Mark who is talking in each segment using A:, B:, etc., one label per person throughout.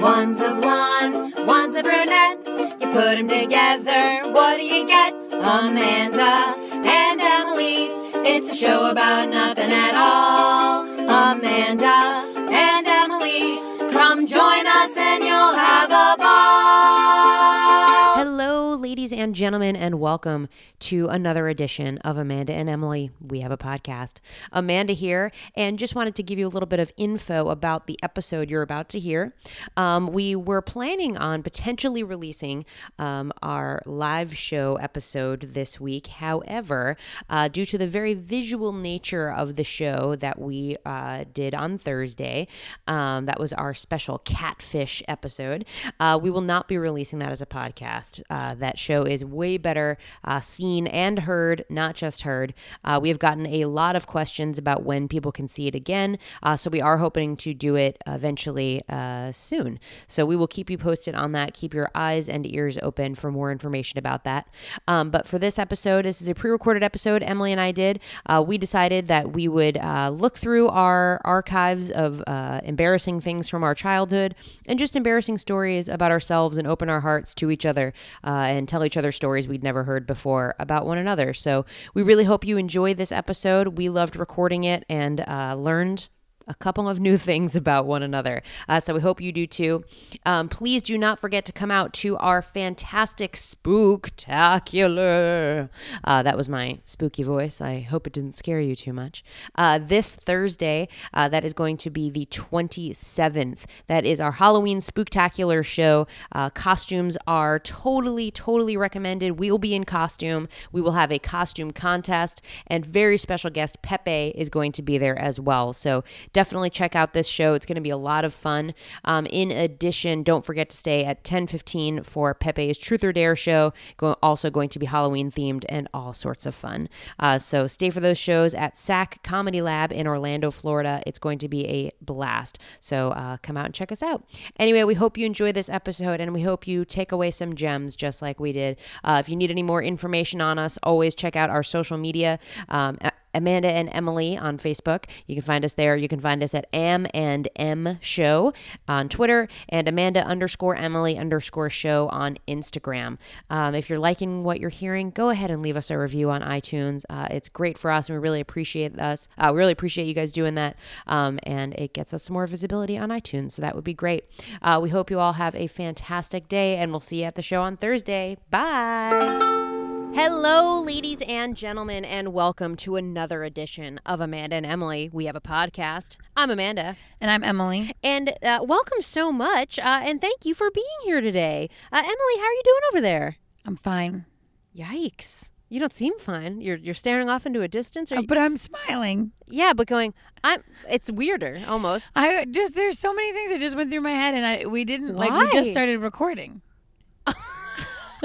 A: One's a blonde, one's a brunette. You put 'em together, what do you get? Amanda and Emily. It's a show about nothing at all. Amanda and Emily, come join us and you'll have a ball. Hello, ladies and gentlemen, and welcome to another edition of Amanda and Emily. We have a podcast. Amanda here, and just wanted to give you a little bit of info about the episode you're about to hear. Um, we were planning on potentially releasing um, our live show episode this week. However, uh, due to the very visual nature of the show that we uh, did on Thursday, um, that was our special catfish episode, uh, we will not be releasing that as a podcast. Uh, that show is way better uh, seen and heard, not just heard. Uh, we have gotten a lot of questions about when people can see it again, uh, so we are hoping to do it eventually uh, soon. So we will keep you posted on that. Keep your eyes and ears open for more information about that. Um, but for this episode, this is a pre-recorded episode. Emily and I did. Uh, we decided that we would uh, look through our archives of uh, embarrassing things from our childhood and just embarrassing stories about ourselves and open our hearts to each other uh, and tell each other stories we'd never heard before about one another. So we really hope you enjoy this episode. We loved recording it and uh, learned a couple of new things about one another. Uh, so we hope you do too. Um, please do not forget to come out to our fantastic spooktacular. Uh, that was my spooky voice. I hope it didn't scare you too much. Uh, this Thursday, uh, that is going to be the 27th. That is our Halloween spooktacular show. Uh, costumes are totally, totally recommended. We will be in costume. We will have a costume contest, and very special guest Pepe is going to be there as well. So definitely check out this show. It's going to be a lot of fun. Um, in addition, don't forget to stay at 10:15 for Pepe's Truth or Dare show. Go- also going to be Halloween themed and all sorts of fun. Uh, so stay for those shows at SAC Comedy Lab in Orlando, Florida. It's going to be a blast. So uh, come out and check us out. Anyway, we hope you enjoy this episode and we hope you take away some gems just like we did. Uh, if you need any more information on us, always check out our social media. Um, a- Amanda and Emily on Facebook. You can find us there. You can find us at Am and M Show on Twitter and Amanda underscore Emily underscore Show on Instagram. Um, if you're liking what you're hearing, go ahead and leave us a review on iTunes. Uh, it's great for us, and we really appreciate us. Uh, we really appreciate you guys doing that, um, and it gets us some more visibility on iTunes. So that would be great. Uh, we hope you all have a fantastic day, and we'll see you at the show on Thursday. Bye. Hello, ladies and gentlemen, and welcome to another edition of Amanda and Emily. We have a podcast. I'm Amanda,
B: And I'm Emily.
A: and uh, welcome so much, uh, and thank you for being here today. Uh, Emily, how are you doing over there?
B: I'm fine.
A: Yikes! You don't seem fine. You're you're staring off into a distance, or
B: Uh, But I'm smiling.
A: yeah, but going. I'm. It's weirder almost.
B: I just there's so many things that just went through my head and I we didn't like we
A: Why?
B: just started recording.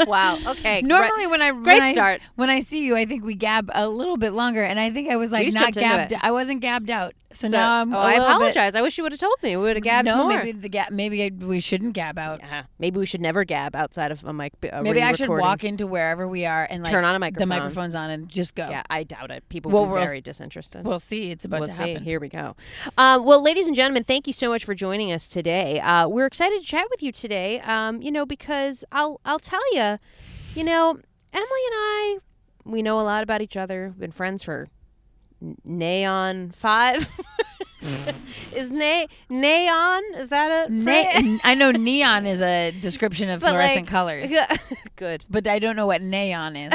A: wow. Okay.
B: Normally when I
A: great
B: when I-
A: start.
B: when I see you I think we gab a little bit longer and I think I was like
A: just
B: not
A: jumped into
B: gabbed
A: it.
B: I wasn't gabbed out. So,
A: So,
B: now I'm
A: oh,
B: a
A: I
B: little bit-
A: apologize. I wish you would have told me. We would have gabbed
B: no,
A: more.
B: maybe the gab maybe I, we shouldn't gab out.
A: Yeah. maybe we should never gab outside of a mic. A
B: Maybe I should
A: recording.
B: walk into wherever we are and like
A: Turn on a
B: the
A: microphone.
B: microphone's on and just go.
A: Yeah, I doubt it. People
B: Well,
A: will be
B: we'll-
A: very disinterested.
B: We'll see. It's about
A: we'll
B: to
A: see.
B: happen.
A: Here we go. Um, well, ladies and gentlemen, thank you so much for joining us today. Uh, we're excited to chat with you today. Um, you know, because I'll I'll tell you, you know, Emily and I, we know a lot about each other. We've been friends for n- neon five. is nay neon? Is that a phrase?
B: Ne- I know neon is a description of
A: But,
B: fluorescent
A: like,
B: colors.
A: Good.
B: but I don't know what neon is.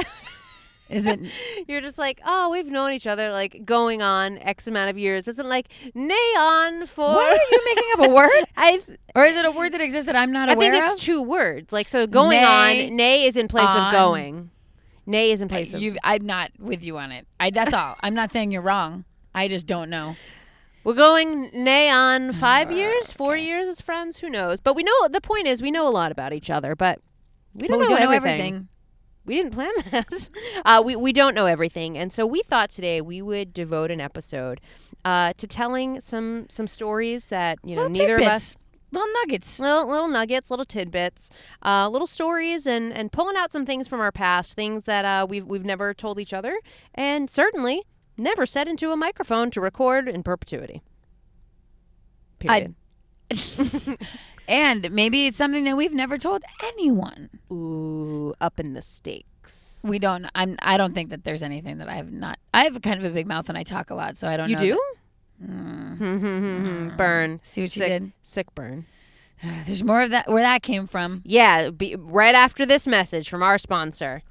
B: is it?
A: You're just like, oh, we've known each other like going on X amount of years. Isn't like neon for.
B: Why are you making up a word?
A: I
B: Or is it a word that exists that I'm not
A: I think
B: aware
A: it's
B: of?
A: two words. Like so, going
B: Nay,
A: on. Nay is in place of
B: on.
A: going. Nay is in place of.
B: You've, I'm not with you on it. I, that's all. I'm not saying you're wrong. I just don't know.
A: We're going nay
B: Ah,
A: on five years, four years as friends. Who knows? But we know the point is we know a lot about each other, but we
B: But
A: don't,
B: we
A: know,
B: don't know
A: everything.
B: everything.
A: We didn't plan that. uh, we we don't know everything, and so we thought today we would devote an episode uh, to telling some some stories that you know
B: Little
A: neither of us
B: tidbits. Little nuggets.
A: little, little nuggets, little tidbits, uh, little stories, and and pulling out some things from our past, things that uh, we've we've never told each other, and certainly never said into a microphone to record in perpetuity.
B: I-
A: Period.
B: And maybe it's something that we've never told anyone.
A: Ooh, up in the stakes.
B: We don't. I'm. I don't think that there's anything that I have not. I have kind of a big mouth and I talk a lot, so I don't.
A: You
B: know
A: do?
B: that-
A: Mm-hmm.
B: Mm.
A: Hmm, burn.
B: See what
A: sick,
B: you did?
A: Sick burn.
B: There's more of that. Where that came from?
A: Yeah, be, right after this message from our sponsor.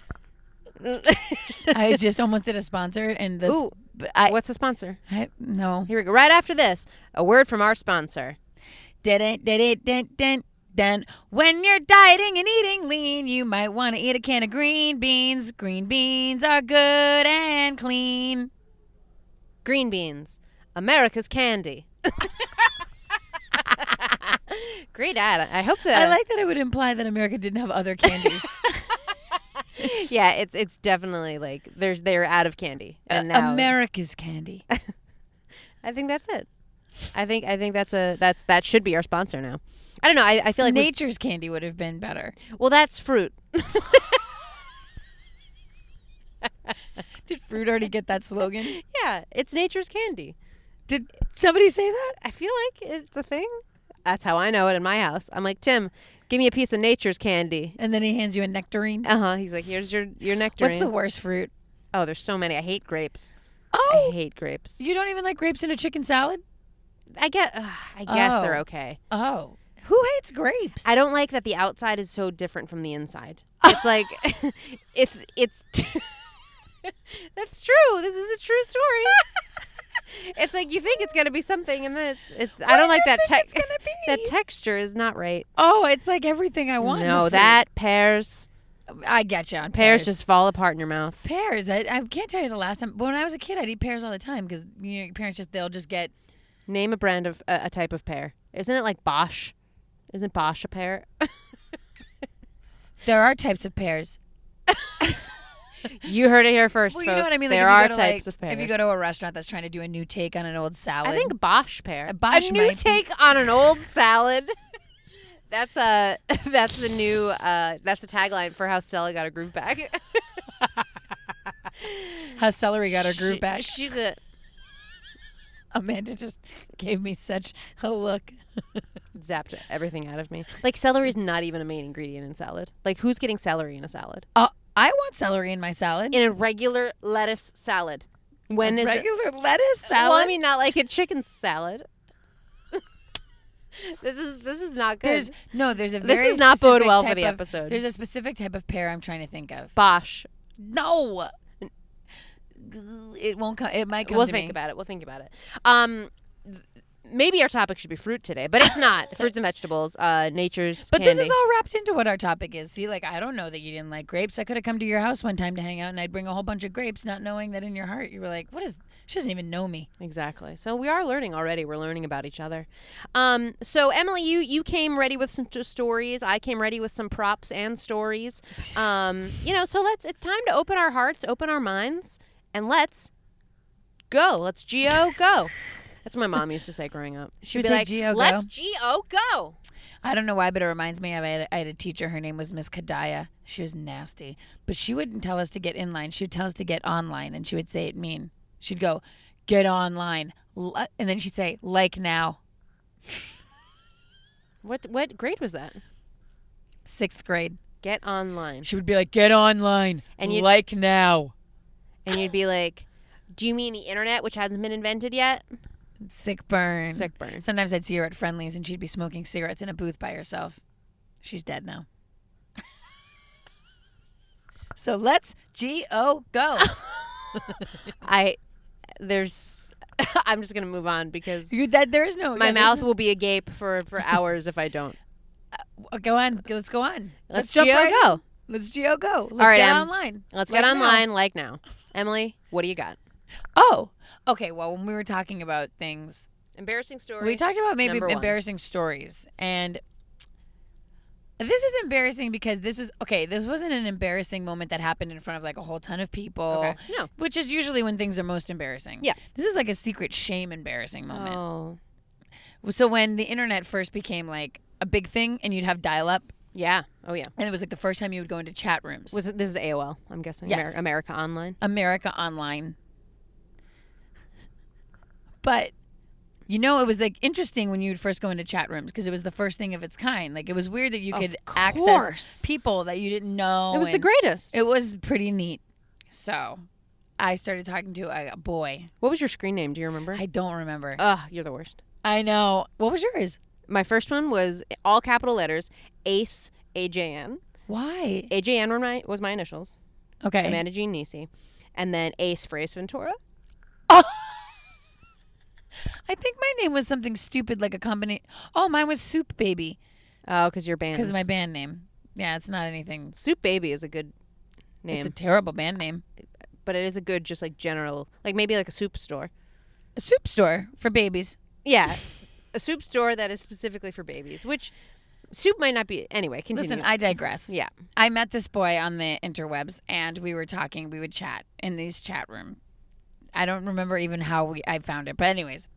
B: I just almost did a sponsor, and this.
A: Ooh,
B: I,
A: what's the sponsor?
B: I no.
A: Here we go. Right after this, a word from our sponsor.
B: Did it? Did it? Dun, dun, dun. When you're dieting and eating lean, you might want to eat a can of green beans. Green beans are good and clean.
A: Green beans, America's candy. Great ad. I hope that.
B: I like that it would imply that America didn't have other candies.
A: yeah, it's it's definitely like there's they're out of candy, and now
B: America's candy.
A: I think that's it. I think I think that's a that's that should be our sponsor now. I don't know. I, I feel like we-
B: Nature's candy would have been better.
A: well, that's fruit.
B: Did fruit already get that slogan?
A: Yeah, it's nature's candy.
B: Did somebody say that?
A: I feel like it's a thing. That's how I know it in my house. I'm like Tim, give me a piece of nature's candy.
B: And then he hands you a nectarine.
A: Uh huh. He's like, here's your your nectarine.
B: What's the worst fruit?
A: oh, there's so many. I hate grapes.
B: Oh,
A: I hate grapes.
B: you don't even like grapes in a chicken salad?
A: I get. ugh, I guess they're
B: Oh.
A: okay.
B: Oh, who hates grapes?
A: I don't like that the outside is so different from the inside. It's like, it's it's. That's true. This is a true story. it's like you think it's gonna be something, and then it's it's. I don't like that text. That texture is not right.
B: oh, it's like everything I want. in a
A: No,
B: fruit.
A: that pears
B: I get you on
A: pears
B: pears.
A: just fall apart in your mouth.
B: pears. I, I can't tell you the last time, but when I was a kid, I'd eat pears all the time because you know, your parents just they'll just get.
A: Name a brand of a a type of pear. Isn't it like Bosch? Isn't Bosch a pear?
B: There are types of pears.
A: you heard it here first,
B: Well, you
A: folks.
B: know what I mean. Like, if
A: There
B: you
A: are
B: go to, like,
A: types of pears.
B: If you go to a restaurant that's trying to do a new take on an old salad,
A: I think Bosch pear.
B: A Bosch
A: new
B: might be-
A: take on an old salad. That's uh that's the new uh that's the tagline for how Stella got her groove back.
B: how celery got her
A: She-
B: groove back.
A: She's a
B: Amanda just gave me such a look.
A: zapped everything out of me. Like celery's not even a main ingredient in salad. Like who's getting celery in a salad?
B: Uh, I want celery in my salad.
A: In a regular lettuce salad. When is it?
B: regular lettuce salad?
A: Well, I mean not like a chicken salad. this is this is not good.
B: there's no, there's a
A: this
B: very
A: does not bode
B: specific
A: well for
B: type
A: the
B: of-
A: episode.
B: There's a specific type of pear I'm trying to think of.
A: Bosch.
B: No, it won't come. It might come.
A: we'll
B: to
A: think
B: me.
A: about it. We'll think about it. Um, th- maybe our topic should be fruit today, but it's not. Fruits and vegetables. Uh, nature's.
B: But this
A: candy.
B: is all wrapped into what our topic is. See, like I don't know that you didn't like grapes. I could have come to your house one time to hang out, and I'd bring a whole bunch of grapes, not knowing that in your heart you were like, "What is? She doesn't even know me."
A: exactly. So we are learning already. We're learning about each other. Um, so Emily, you you came ready with some t- stories. I came ready with some props and stories. Um, you know, so let's. It's time to open our hearts, open our minds, and let's go. Let's go go. That's what my mom used to say growing up.
B: She
A: She'd
B: would
A: be
B: say,
A: like,
B: "G.O. go."
A: "Let's go go."
B: I don't know why, but it reminds me of I had, I had a teacher. Her name was Miss Kadaya. She was nasty, but she wouldn't tell us to get in line. She would tell us to get online, and she would say it mean. She'd go, "Get online," li- and then she'd say, "Like now."
A: What what grade was that?
B: Sixth grade.
A: Get online.
B: She would be like, "Get online,"
A: And you'd-
B: like now.
A: and you'd be like, "Do you mean the internet, which hasn't been invented yet?"
B: Sick burn.
A: Sick burns.
B: Sometimes I'd see her at Friendly's and she'd be smoking cigarettes in a booth by herself. She's dead now. so let's G O go.
A: I there's I'm just gonna move on because
B: You that there is no
A: my
B: yeah, there's
A: mouth will be agape for for hours if I don't.
B: no- go on. Let's go on.
A: Let's,
B: jump
A: go
B: right in.
A: go.
B: Let's G O go. Let's
A: right,
B: get
A: Em.
B: online.
A: Let's
B: Like
A: get
B: now.
A: online like now. Emily, what do you got?
B: Oh. Okay, well when we were talking about things
A: Embarrassing story.
B: We talked about maybe
A: number one.
B: embarrassing stories, and this is embarrassing because this was okay. This wasn't an embarrassing moment that happened in front of like a whole ton of people,
A: Okay. No.
B: which is usually when things are most embarrassing.
A: Yeah.
B: this is like a secret shame embarrassing moment.
A: Oh
B: So when the internet first became like a big thing, and you'd have dial up,
A: yeah. Oh yeah.
B: and it was like the first time you would go into chat rooms.
A: Was it, this is AOL? I'm guessing.
B: Yes.
A: Amer- America Online.
B: America Online. But You know, it was like interesting when you would first go into chat rooms because it was the first thing of its kind. Like it was weird that you
A: Of
B: could
A: course.
B: access people that you didn't know.
A: it was the
B: and
A: greatest.
B: It was pretty neat. So, I started talking to a boy.
A: what was your screen name? Do you remember?
B: I don't remember.
A: Ugh, you're the worst.
B: I know. What was yours?
A: My first one was all capital letters, Ace AJN.
B: Why?
A: AJN were my, was my initials.
B: Okay.
A: Amanda Jean Nisi. And then Ace for Ace Ventura.
B: I think my name was something stupid like a combination. Oh, mine was Soup Baby
A: Oh, because your band.
B: because of my band name. Yeah, it's not anything.
A: Soup Baby is a good name,
B: It's a terrible band name.
A: but it is a good just like general, like maybe like a soup store.
B: A soup store for babies.
A: Yeah, a soup store that is specifically for babies, which soup might not be. Anyway, continue.
B: Listen, I digress.
A: yeah,
B: I met this boy on the interwebs and we were talking, we would chat in these chat room. I don't remember even how we I found it, but anyways.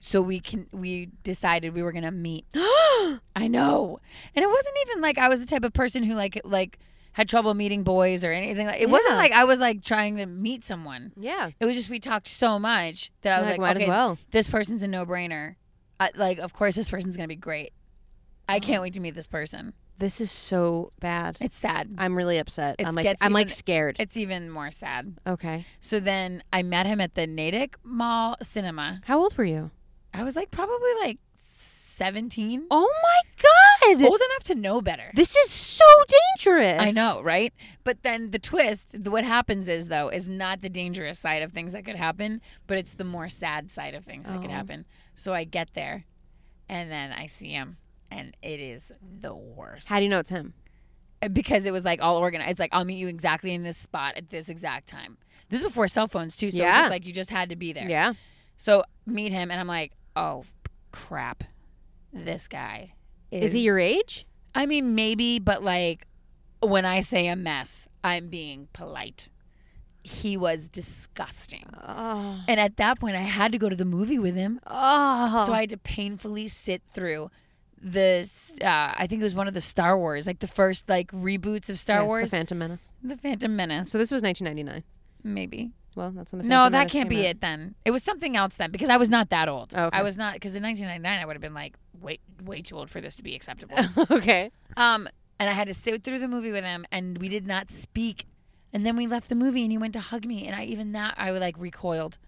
B: So we can we decided we were gonna meet. I know. And it wasn't even like I was the type of person who like like had trouble meeting boys or anything like it wasn't
A: Yeah.
B: like I was like trying to meet someone.
A: yeah.
B: It was just we talked so much that I was
A: Like,
B: like,
A: might as
B: okay,
A: well.
B: this person's a no brainer. Like, of course, this person's gonna be great. I can't wait to meet this person.
A: This is so bad.
B: It's sad.
A: I'm really upset.
B: It
A: I'm like,
B: gets
A: I'm like
B: even-
A: scared.
B: It's even more sad.
A: okay.
B: So then I met him at the Natick Mall Cinema.
A: How old were you?
B: I was like probably like 17,
A: Oh my god!
B: old enough to know better.
A: This is so dangerous.
B: I know, right? But then the twist, th- what happens is though, is not the dangerous side of things that could happen, but it's the more sad side of things that could
A: Oh.
B: happen. So I get there and then I see him and it is the worst. Uh,
A: How do you know it's him?
B: because it was like all organized. It's like I'll meet you exactly in this spot at this exact time. This is before cell phones too, so it's
A: Yeah.
B: just like you just had to be there.
A: Yeah.
B: So meet him, and I'm like, oh crap, this guy is.
A: Is he your age?
B: I mean, maybe, but like when I say a mess, I'm being polite. He was disgusting.
A: Oh.
B: And at that point, I had to go to the movie with him.
A: Oh.
B: So I had to painfully sit through the, uh, I think it was one of the Star Wars, like the first like reboots of Star
A: Yes, The
B: Wars.
A: Phantom Menace.
B: The Phantom Menace,
A: So this was 1999.
B: maybe.
A: Well, that's when the
B: No,
A: Phantom
B: that
A: Menace
B: can't
A: came
B: be
A: out. Oh,
B: it then. It was something else then because I was not that old.
A: Okay.
B: I was not because in 1999 I would have been like way way too old for this to be acceptable.
A: okay.
B: um, and I had to sit through the movie with him, and we did not speak. And then we left the movie, and he went to hug me, and I even that I like recoiled.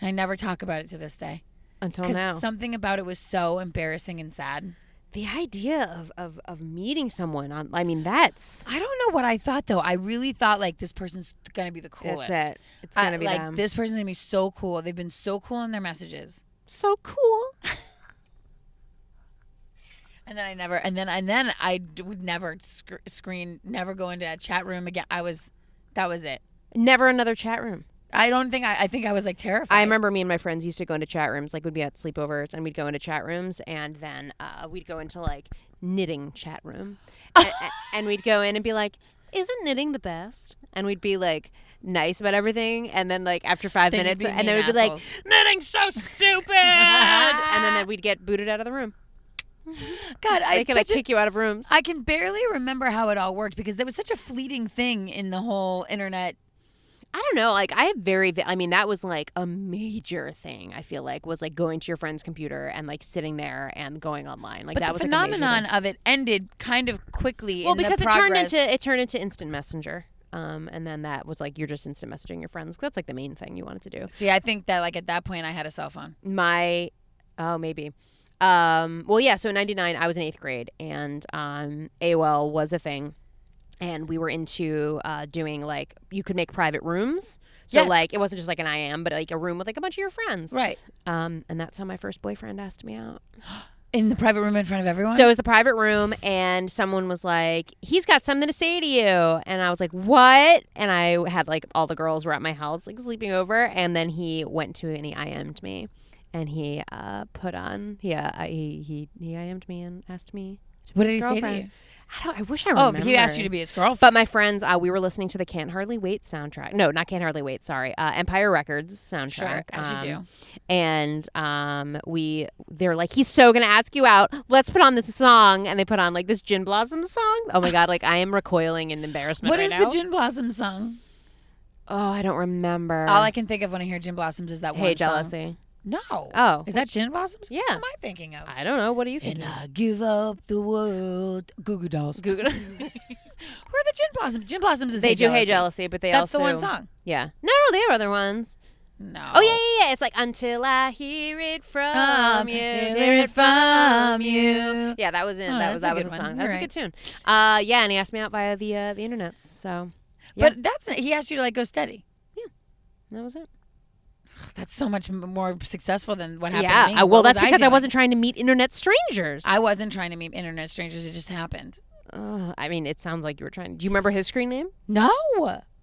B: And I never talk about it to this day
A: Until
B: because
A: now.
B: something about it was so embarrassing and sad.
A: the idea of, of, of meeting someone on, I mean, that's,
B: I don't know what I thought though. I really thought like this person's gonna be the coolest.
A: that's it. It's
B: I-
A: going to be
B: like
A: them.
B: this person's gonna be so cool. They've been so cool in their messages.
A: So cool.
B: And then I never, and then and then I d- would never sc- screen, never go into a chat room again. I was, that was it.
A: Never another chat room.
B: I don't think I, I think I was like terrified.
A: I remember me and my friends used to go into chat rooms. Like, we'd be at sleepovers and we'd go into chat rooms and then uh, we'd go into like knitting chat room. and, and we'd go in and be like, isn't knitting the best? And we'd be like, nice about everything. And then, like, after five
B: Then you'd
A: minutes,
B: be
A: and then
B: mean
A: we'd be like,
B: assholes.
A: knitting's so stupid. and then, then we'd get booted out of the room.
B: God, I,
A: They
B: it's
A: can like
B: such a-
A: kick you out of rooms.
B: I can barely remember how it all worked because there was such a fleeting thing in the whole internet.
A: I don't know. Like I have very. vi- I mean, that was like a major thing. I feel like was like going to your friend's computer and like sitting there and going online. Like
B: But
A: that
B: the
A: was
B: phenomenon
A: Like,
B: of it ended kind of quickly.
A: a major thing. well,
B: in the
A: because it turned
B: progress.
A: into it turned into instant messenger. Um, and then that was like you're just instant messaging your friends. 'cause That's like the main thing you wanted to do.
B: See, I think that like at that point I had a cell phone.
A: My, oh maybe. Um, well, yeah. So in '99, I was in eighth grade, and um, AOL was a thing, and we were into uh, doing like you could make private rooms. So
B: Yes.
A: like it wasn't just like an IM, but like a room with like a bunch of your friends.
B: Right.
A: Um, and that's how my first boyfriend asked me out.
B: In the private room in front of everyone.
A: So it was the private room, and someone was like, "He's got something to say to you," and I was like, "What?" And I had like all the girls were at my house, like sleeping over, and then he went to and he IM'd me, and he uh, put on, yeah, I he he he IM'd me and asked me. to be
B: what
A: his
B: did he say to
A: girlfriend.
B: you?
A: I don't. I wish I
B: Oh,
A: remember.
B: he asked you to be his girlfriend.
A: But my friends, uh, we were listening to the Can't Hardly Wait soundtrack. No, not Can't Hardly Wait. Sorry, uh, Empire Records soundtrack.
B: Sure, as you
A: um,
B: do.
A: And um, we, they're like, he's so gonna ask you out. Let's put on this song, and they put on like this Gin Blossom song. Oh my god, like I am recoiling in embarrassment.
B: What
A: right
B: is
A: now.
B: the Gin Blossom song?
A: Oh, I don't remember.
B: All I can think of when I hear Gin Blossoms is that one song.
A: hey, jealousy.
B: No.
A: Oh.
B: Is that Gin Blossoms?
A: Yeah.
B: What am I thinking of?
A: I don't know. What do you think?
B: and I give up the world. Goo Goo Dolls. Who are
A: Google.
B: the Gin Blossoms? Gin Blossoms is
A: they
B: Hey
A: do
B: jealousy.
A: hate jealousy, but they
B: That's
A: also
B: the one song.
A: Yeah. No, no, they have other ones.
B: No.
A: Oh, yeah, yeah, yeah. It's like until I hear it from you, hear it
B: from
A: you. Yeah, that was in.
B: Oh,
A: that
B: that's
A: was that
B: a
A: was a
B: good one.
A: song. That was a
B: Alright.
A: good tune. Uh, yeah, and he asked me out via the uh, the internet. So
B: But that's he asked you to like go steady.
A: that was it.
B: That's so much m- more successful than what happened.
A: yeah.
B: to me.
A: I- well,
B: What was
A: that's because I,
B: doing?
A: wasn't trying to meet internet strangers.
B: I wasn't trying to meet internet strangers. It just happened.
A: Ugh, I mean, it sounds like you were trying. Do you remember his screen name?
B: No.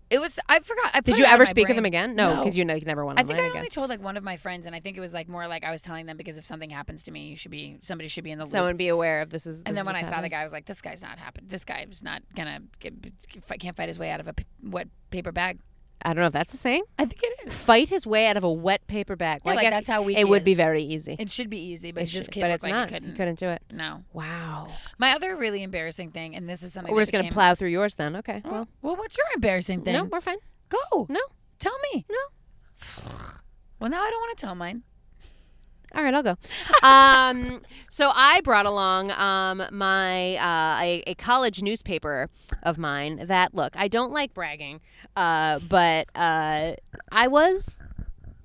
B: It was. I forgot. I put
A: Did
B: it
A: you
B: out of
A: ever
B: my
A: speak with
B: brain.
A: him again? No,
B: No.
A: because you ne- never went
B: I
A: online
B: think I
A: again.
B: only told like one of my friends, and I think it was like more like I was telling them because if something happens to me, you should be somebody should be in the loop.
A: Someone be aware of this is.
B: And
A: this
B: then
A: is
B: when I
A: what's
B: saw the
A: happening.
B: guy, I was like, "This guy's not happened. This guy's not gonna get, can't fight his way out of a p- wet paper bag."
A: I don't know if that's a saying.
B: I think it is.
A: Fight his way out of a wet paper bag.
B: Yeah,
A: Well, I
B: like,
A: guess
B: that's how weak
A: It
B: he
A: would be
B: is.
A: very easy.
B: It should be easy, but
A: It
B: this
A: should-
B: kid
A: but
B: looked
A: it's
B: like
A: not.
B: he couldn't.
A: do it.
B: No.
A: Wow.
B: My other really embarrassing thing, and this is something
A: We're
B: that
A: just gonna
B: became-
A: plow through yours then. Okay.
B: Oh,
A: Well,
B: well, what's your embarrassing thing?
A: Mm. no, we're fine.
B: Go.
A: No.
B: Tell me.
A: No.
B: Well, now I don't want to tell mine.
A: All right, I'll go. um, so I brought along um, my uh, a, a college newspaper of mine. That look, I don't like bragging, uh, but uh, I was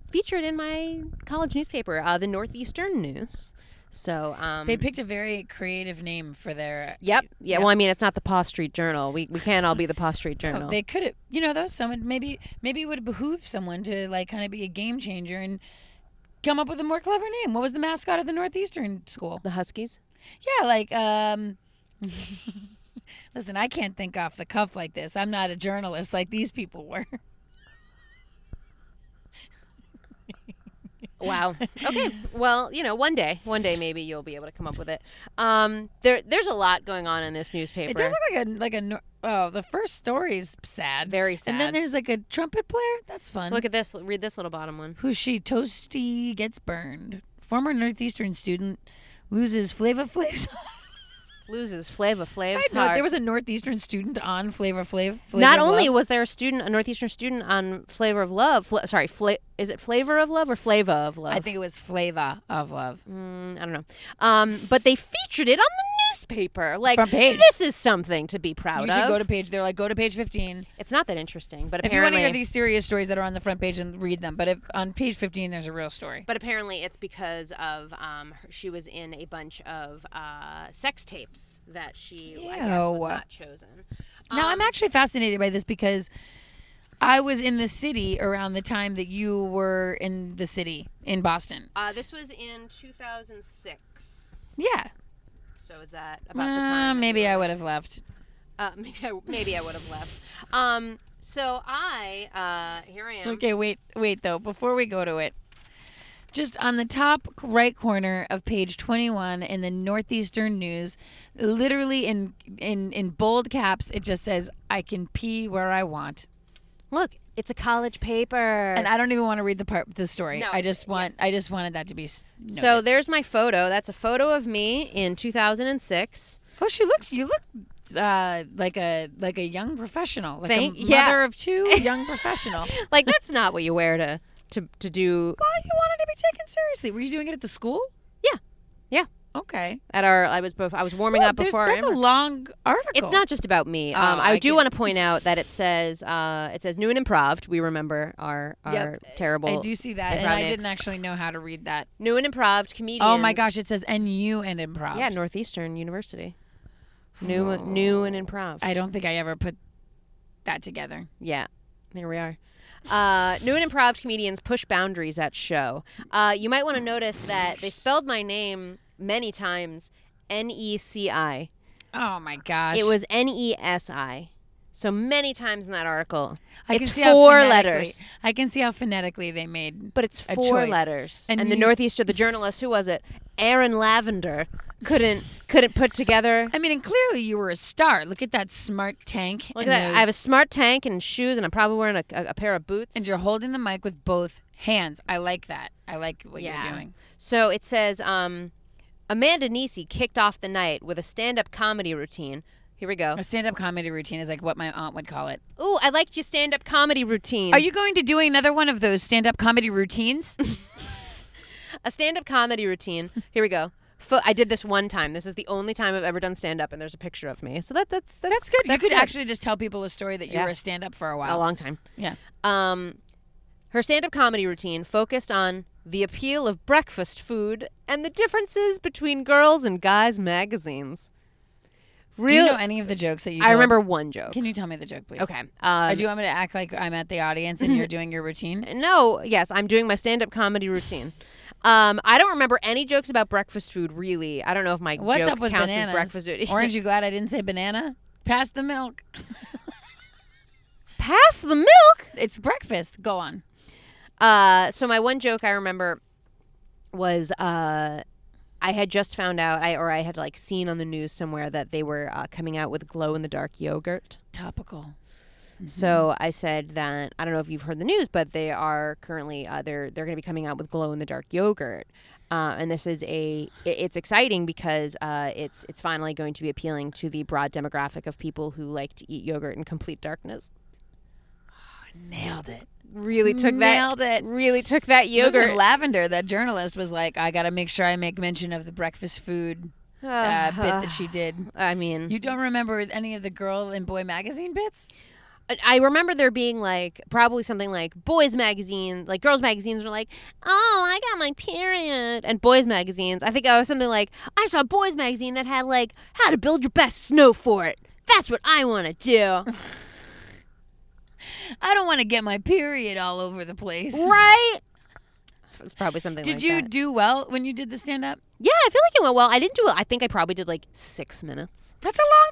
A: featured in my college newspaper, uh, the Northeastern News. So um,
B: They picked a very creative name for their.
A: Yep. Yeah. Well, I mean, it's not the Paw Street Journal. We, we can't all be the Paw Street Journal.
B: Oh, They could have, you know, though someone maybe maybe it would behoove someone to like kind of be a game changer and come up with a more clever name. What was the mascot of the Northeastern school?
A: the Huskies.
B: Yeah, like um Listen, I can't think off the cuff like this. I'm not a journalist like these people were.
A: Wow. Okay. Well, you know, one day, one day maybe you'll be able to come up with it. Um, there, there's a lot going on in this newspaper.
B: It does look like a like a nor- oh, the first story's sad.
A: Very sad.
B: And then there's like a trumpet player. That's fun.
A: Look at this. Read this little bottom one.
B: who she toasty gets burned. Former Northeastern student loses Flava Flav's
A: Loses Flava Flav's
B: Side note,
A: heart.
B: there was a Northeastern student on Flavor Flav. Flavor
A: Not
B: of
A: only
B: Love.
A: was there a student, a Northeastern student on Flavor of Love. Fla- sorry, fla- is it Flavor of Love or Flava of Love?
B: I think it was Flava of Love.
A: Mm, I don't know. Um, but they featured it on the newspaper. Like
B: Front page.
A: this is something to be proud
B: You
A: of.
B: should go to page. They're like, go to page fifteen.
A: It's not that interesting, but
B: If you want
A: apparently,
B: to hear these serious stories that are on the front page, and read them. But if on page fifteen, there's a real story.
A: but apparently, it's because of um, her- she was in a bunch of uh, sex tapes that she I guess was
B: Ew.
A: not chosen.
B: now I'm actually fascinated by this because I was in the city around the time that you were in the city in Boston.
A: Uh, this was in 2006.
B: Yeah,
A: So is that about the time?
B: Uh,
A: that you
B: maybe
A: were-
B: I would have left.
A: Uh, maybe I, maybe I would have left. Um, so I uh, here I am.
B: Okay, wait, wait though. Before we go to it, just on the top right corner of page 21 in the Northeastern News, literally in in in bold caps, it just says, "I can pee where I want,"
A: Look, it's a college paper.
B: and I don't even want to read the part the story.
A: No,
B: I just want I just wanted that to be. s- noted.
A: so there's my photo. That's a photo of me in 2006.
B: oh, she looks. You look. Uh, like a like a young professional, like
A: Thank-
B: a mother
A: yeah.
B: of two, young professional. Well,
A: Like that's not what you wear to to to do
B: you wanted to be taken seriously. Were you doing it at the school?
A: Yeah. Yeah.
B: Okay.
A: at our I was bef- I was warming
B: Well,
A: up
B: there's-
A: before.
B: That's
A: I
B: a
A: remember-
B: long article.
A: it's not just about me. Um,
B: Oh,
A: I,
B: I
A: do
B: get-
A: want to point out that it says uh, it says noon improv. We remember our our
B: Yep.
A: terrible
B: I do see that, and
A: around
B: I
A: it.
B: didn't actually know how to read that.
A: noon improv comedians.
B: Oh my gosh, it says NU and improv.
A: Yeah, Northeastern University. New new and improv.
B: Oh. I don't think I ever put that together.
A: Yeah, there we are. Uh, new and improv comedians push boundaries at show. Uh, you might want to notice that they spelled my name many times N E C I.
B: Oh my gosh,
A: It was N E S I. So many times in that article.
B: I
A: it's
B: can see how
A: four
B: phonetically-
A: letters.
B: I can see how phonetically they made.
A: But it's
B: A
A: four
B: choice.
A: letters. And,
B: And
A: the
B: you-
A: Northeaster, the journalist, who was it? Aaron Lavender couldn't couldn't put together.
B: I mean, and clearly you were a star. Look at that smart tank.
A: Look at
B: and
A: that. I have a
B: those-
A: smart tank and shoes, and I'm probably wearing a, a, a pair of boots.
B: and you're holding the mic with both hands. I like that. I like what
A: Yeah.
B: you're doing.
A: So it says um, Amanda Nisi kicked off the night with a stand up comedy routine. Here we go.
B: A stand-up comedy routine is like what my aunt would call it.
A: Ooh, I liked your stand up comedy routine.
B: Are you going to do another one of those stand-up comedy routines?
A: A stand up comedy routine. Here we go. Fo- I did this one time. This is the only time I've ever done stand up, and there's a picture of me. So that that's that's,
B: That's good.
A: That's
B: you could actually just tell people a story that you
A: Yeah.
B: were a stand up for a
A: a
B: while.
A: long time.
B: yeah.
A: Um, her stand up comedy routine focused on the appeal of breakfast food and the differences between girls and guys magazines.
B: Do
A: Real,
B: you know any of the jokes that you
A: I
B: told?
A: remember one joke.
B: Can you tell me the joke, please?
A: Okay. Um,
B: Uh, do you want me to act like I'm at the audience and you're doing your routine?
A: No, yes, I'm doing my stand up comedy routine. Um, I don't remember any jokes about breakfast food, really. I don't know if my
B: What's
A: joke
B: up with
A: counts
B: bananas?
A: as breakfast food.
B: Orange, you glad I didn't say banana? Pass the milk.
A: Pass the milk.
B: It's breakfast. Go on.
A: Uh, so my one joke I remember was uh, I had just found out, I or I had like seen on the news somewhere that they were uh, coming out with glow in the dark yogurt.
B: Mm-hmm. Topical.
A: So I said that I don't know if you've heard the news, but they are currently uh, they're they're going to be coming out with glow in the dark yogurt, uh, and this is a i- it's exciting because uh, it's it's finally going to be appealing to the broad demographic of people who like to eat yogurt in complete darkness.
B: Nailed it.
A: Really took
B: Nailed
A: that
B: it.
A: really took that
B: Yogurt.
A: yogurt
B: Lavender, that journalist, was like, I got to make sure I make mention of the breakfast food uh, bit that she did.
A: I mean,
B: You don't remember any of the girl and boy magazine bits?
A: I- I remember there being like probably something like boys magazine, like girls magazines were like, "Oh, I got my period," and boys magazines. I think I was something like, "I saw a boys magazine that had like how to build your best snow fort." That's what I want to do,
B: I don't want to get my period all over the place.
A: right? It's probably something.
B: Did
A: like
B: you
A: that.
B: do well when you did the stand up?
A: Yeah, I feel like it went well. I didn't do it. I think I probably did like six minutes.
B: That's a long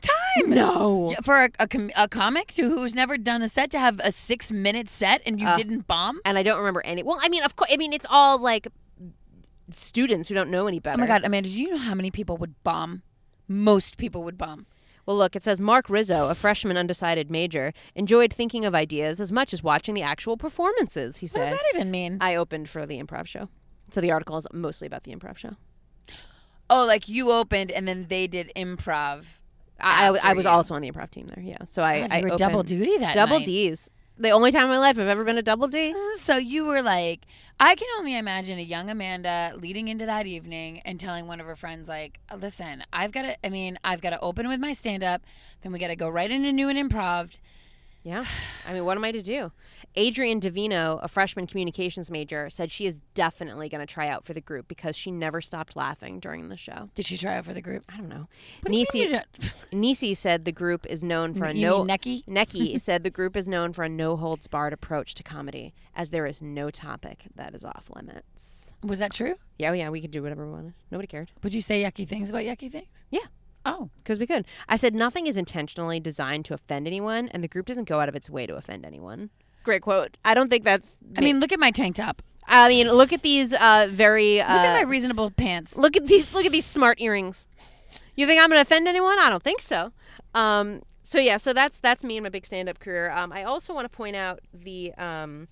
B: time.
A: No.
B: Yeah, For a, a, com- a comic to who's never done a set to have a six minute set and you
A: Uh,
B: didn't bomb?
A: And I don't remember any. Well, I mean, of course, I mean it's all like students who don't know any better.
B: Oh my God, Amanda, do you know how many people would bomb? Most people would bomb.
A: Well, look, it says Mark Rizzo, a freshman undecided major, enjoyed thinking of ideas as much as watching the actual performances, he
B: What does
A: said.
B: that even mean?
A: I opened for the improv show. So the article is mostly about the improv show.
B: oh, like you opened and then they did improv.
A: I, I, I
B: After
A: was
B: you.
A: also on the improv team there, yeah. So I,
B: God,
A: I
B: you were double
A: opened-
B: duty that
A: double
B: night.
A: D's. The only time in my life I've ever been a double D.
B: So you were like, I can only imagine a young Amanda leading into that evening and telling one of her friends, like, listen, I've got to, I mean, I've got to open with my stand up, then we got to go right into new and improv.
A: Yeah. I mean, what am I to do? Adrian Davino, a freshman communications major, said she is definitely going to try out for the group because she never stopped laughing during the show.
B: Did she try out for the group?
A: I don't know.
B: What do you
A: Niecy-
B: mean you don't-
A: Nisi said the group is known for a
B: You
A: no
B: mean Necky?
A: Necky said the group is known for a no holds barred approach to comedy, as there is no topic that is off limits.
B: Was that true?
A: Yeah, oh yeah, we could do whatever we wanted. Nobody cared
B: Would you say yucky things about yucky things?
A: Yeah.
B: Oh,
A: because we could. I said nothing is intentionally designed to offend anyone, and the group doesn't go out of its way to offend anyone. Great quote. I don't think that's.
B: I mean, look at my tank top.
A: I mean, look at these uh, very. Uh,
B: Look at my reasonable pants.
A: Look at these look at these smart earrings. You think I'm gonna offend anyone? I don't think so. Um, so yeah, so that's that's me and my big stand up career. Um, I also want to point out the um,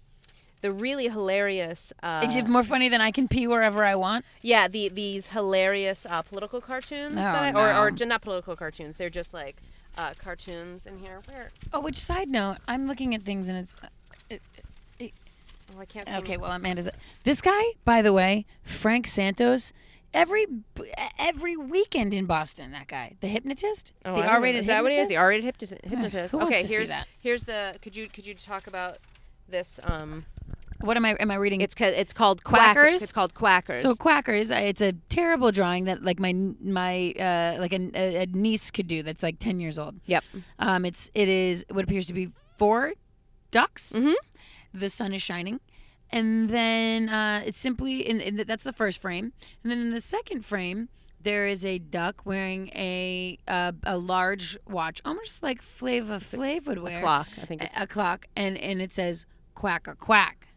A: the really hilarious
B: Is
A: uh,
B: it more funny than I can pee wherever I want?
A: yeah the these hilarious uh, political cartoons
B: Oh,
A: that I, or or
B: no.
A: j- not political cartoons. They're just like uh, cartoons in here. Where
B: Oh, which side note? I'm looking at things and it's. It,
A: oh I can't. See
B: Okay, well, Amanda's this guy, by the way, Frank Santos. Every every weekend in Boston, that guy, the hypnotist,
A: Oh, I
B: the
A: don't know.
B: R-rated
A: Is that what he is?
B: hypnotist.
A: The R-rated hypnotist. hypnotist.
B: who wants
A: okay,
B: to see
A: here's
B: that?
A: here's the. Could you could you talk about this? Um,
B: what am I? Am I reading?
A: it's ca- it's called Quack-
B: Quackers?
A: It's called Quackers.
B: so quackers. I- It's a terrible drawing that like my my uh, like a, a niece could do. That's like ten years old.
A: Yep.
B: Um, it's it is what appears to be four ducks. Mm-hmm. The sun is shining, and then uh, it's simply in, in the, that's the first frame, and then in the second frame there is a duck wearing a uh, a large watch, almost like Flava Flav would wear
A: Clock. I think
B: a,
A: it's
B: a clock, and and it says quack a quack,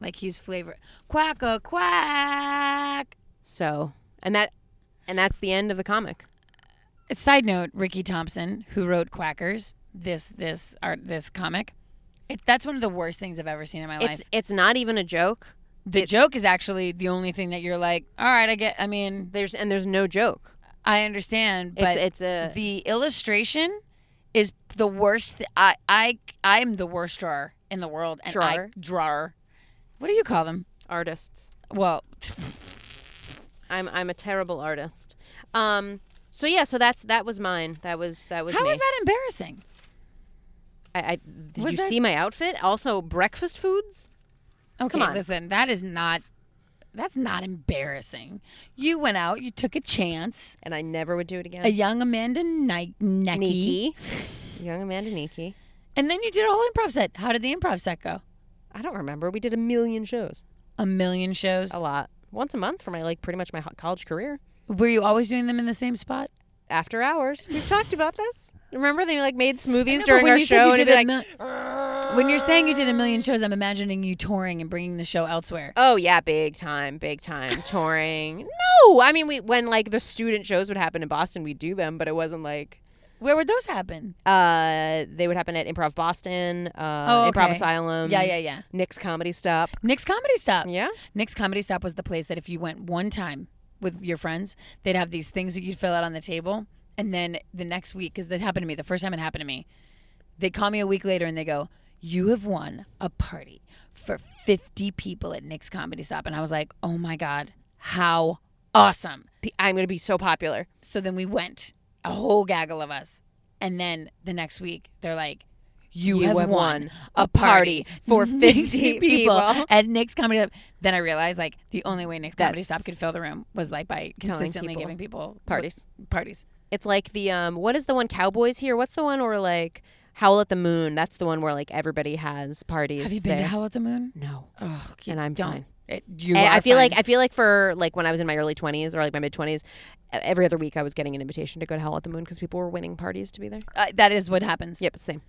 B: like he's flavor quack a quack.
A: so, and that, and that's the end of the comic.
B: Side note: Ricky Thompson, who wrote Quackers, this this art this comic, it, that's one of the worst things I've ever seen in my
A: It's
B: life.
A: it's not even a joke.
B: The joke is actually the only thing that you're like, all right, I get. I mean,
A: There's and there's no joke.
B: I understand,
A: It's uh,
B: but
A: it's a
B: the illustration is the worst. th- I I I'm the worst drawer in the world, and I
A: Drawer?
B: drawer. What do you call them?
A: artists.
B: Well,
A: I'm I'm a terrible artist. Um, so yeah, so that's that was mine. That was that was
B: How
A: me.
B: is that embarrassing?
A: I, I did
B: Was
A: you
B: that-
A: see my outfit? Also breakfast foods.
B: Okay,
A: on.
B: listen, that is not that's not embarrassing. You went out, you took a chance.
A: And I never would do it
B: A
A: again.
B: young Amanda Ni- Necky,
A: Niki. Young Amanda Niki.
B: and then you did a whole improv set. How did the improv set go?
A: I don't remember. We did a million shows.
B: A million shows.
A: A lot. Once a month for my like pretty much my ho- college career.
B: Were you always doing them in the same spot?
A: After hours. We've talked about this. Remember they like made
B: No,
A: smoothies
B: but
A: during
B: when
A: our
B: you said
A: show
B: you
A: and it'd
B: did
A: be
B: a
A: like
B: mil- when you're saying you did a million shows, I'm imagining you touring and bringing the show elsewhere.
A: Oh yeah, big time, big time touring. No, I mean we when like the student shows would happen in Boston, we'd do them, but it wasn't like
B: Where would those happen?
A: uh they would happen at Improv Boston, uh
B: Oh,
A: Improv
B: okay.
A: Asylum,
B: yeah, yeah, yeah.
A: Nick's Comedy Stop.
B: Nick's Comedy Stop.
A: Yeah.
B: Nick's Comedy Stop was the place that if you went one time with your friends, they'd have these things that you'd fill out on the table. And then the next week, because that happened to me, the first time it happened to me, they call me a week later and they go, You have won a party for 50 people at Nick's Comedy Stop. And I was like, Oh my God, how awesome.
A: P- I'm going to be so popular.
B: So then we went, a whole gaggle of us. And then the next week, they're like, you, have, won, a party for 50 people
A: people.
B: at Nick's Comedy Club. Then I realized, like, the only way Nick's Comedy
A: That's-
B: Stop could fill the room was, like, by consistently
A: people.
B: giving people
A: Parties.
B: what- parties.
A: It's like the um what is the one Cowboys here? What's the one where like Howl at the Moon? That's the one where like everybody has parties.
B: Have you been
A: there.
B: to Hell at the Moon?
A: No.
B: Oh,
A: And I'm
B: don't.
A: fine.
B: It- you
A: Eh, I, I
B: are
A: feel
B: fine.
A: like I feel like for like when I was in my early twenties or like my mid twenties, e, every other week I was getting an invitation to go to Hell at the Moon because people were winning parties to be there.
B: Uh, that is what happens.
A: Yep, same.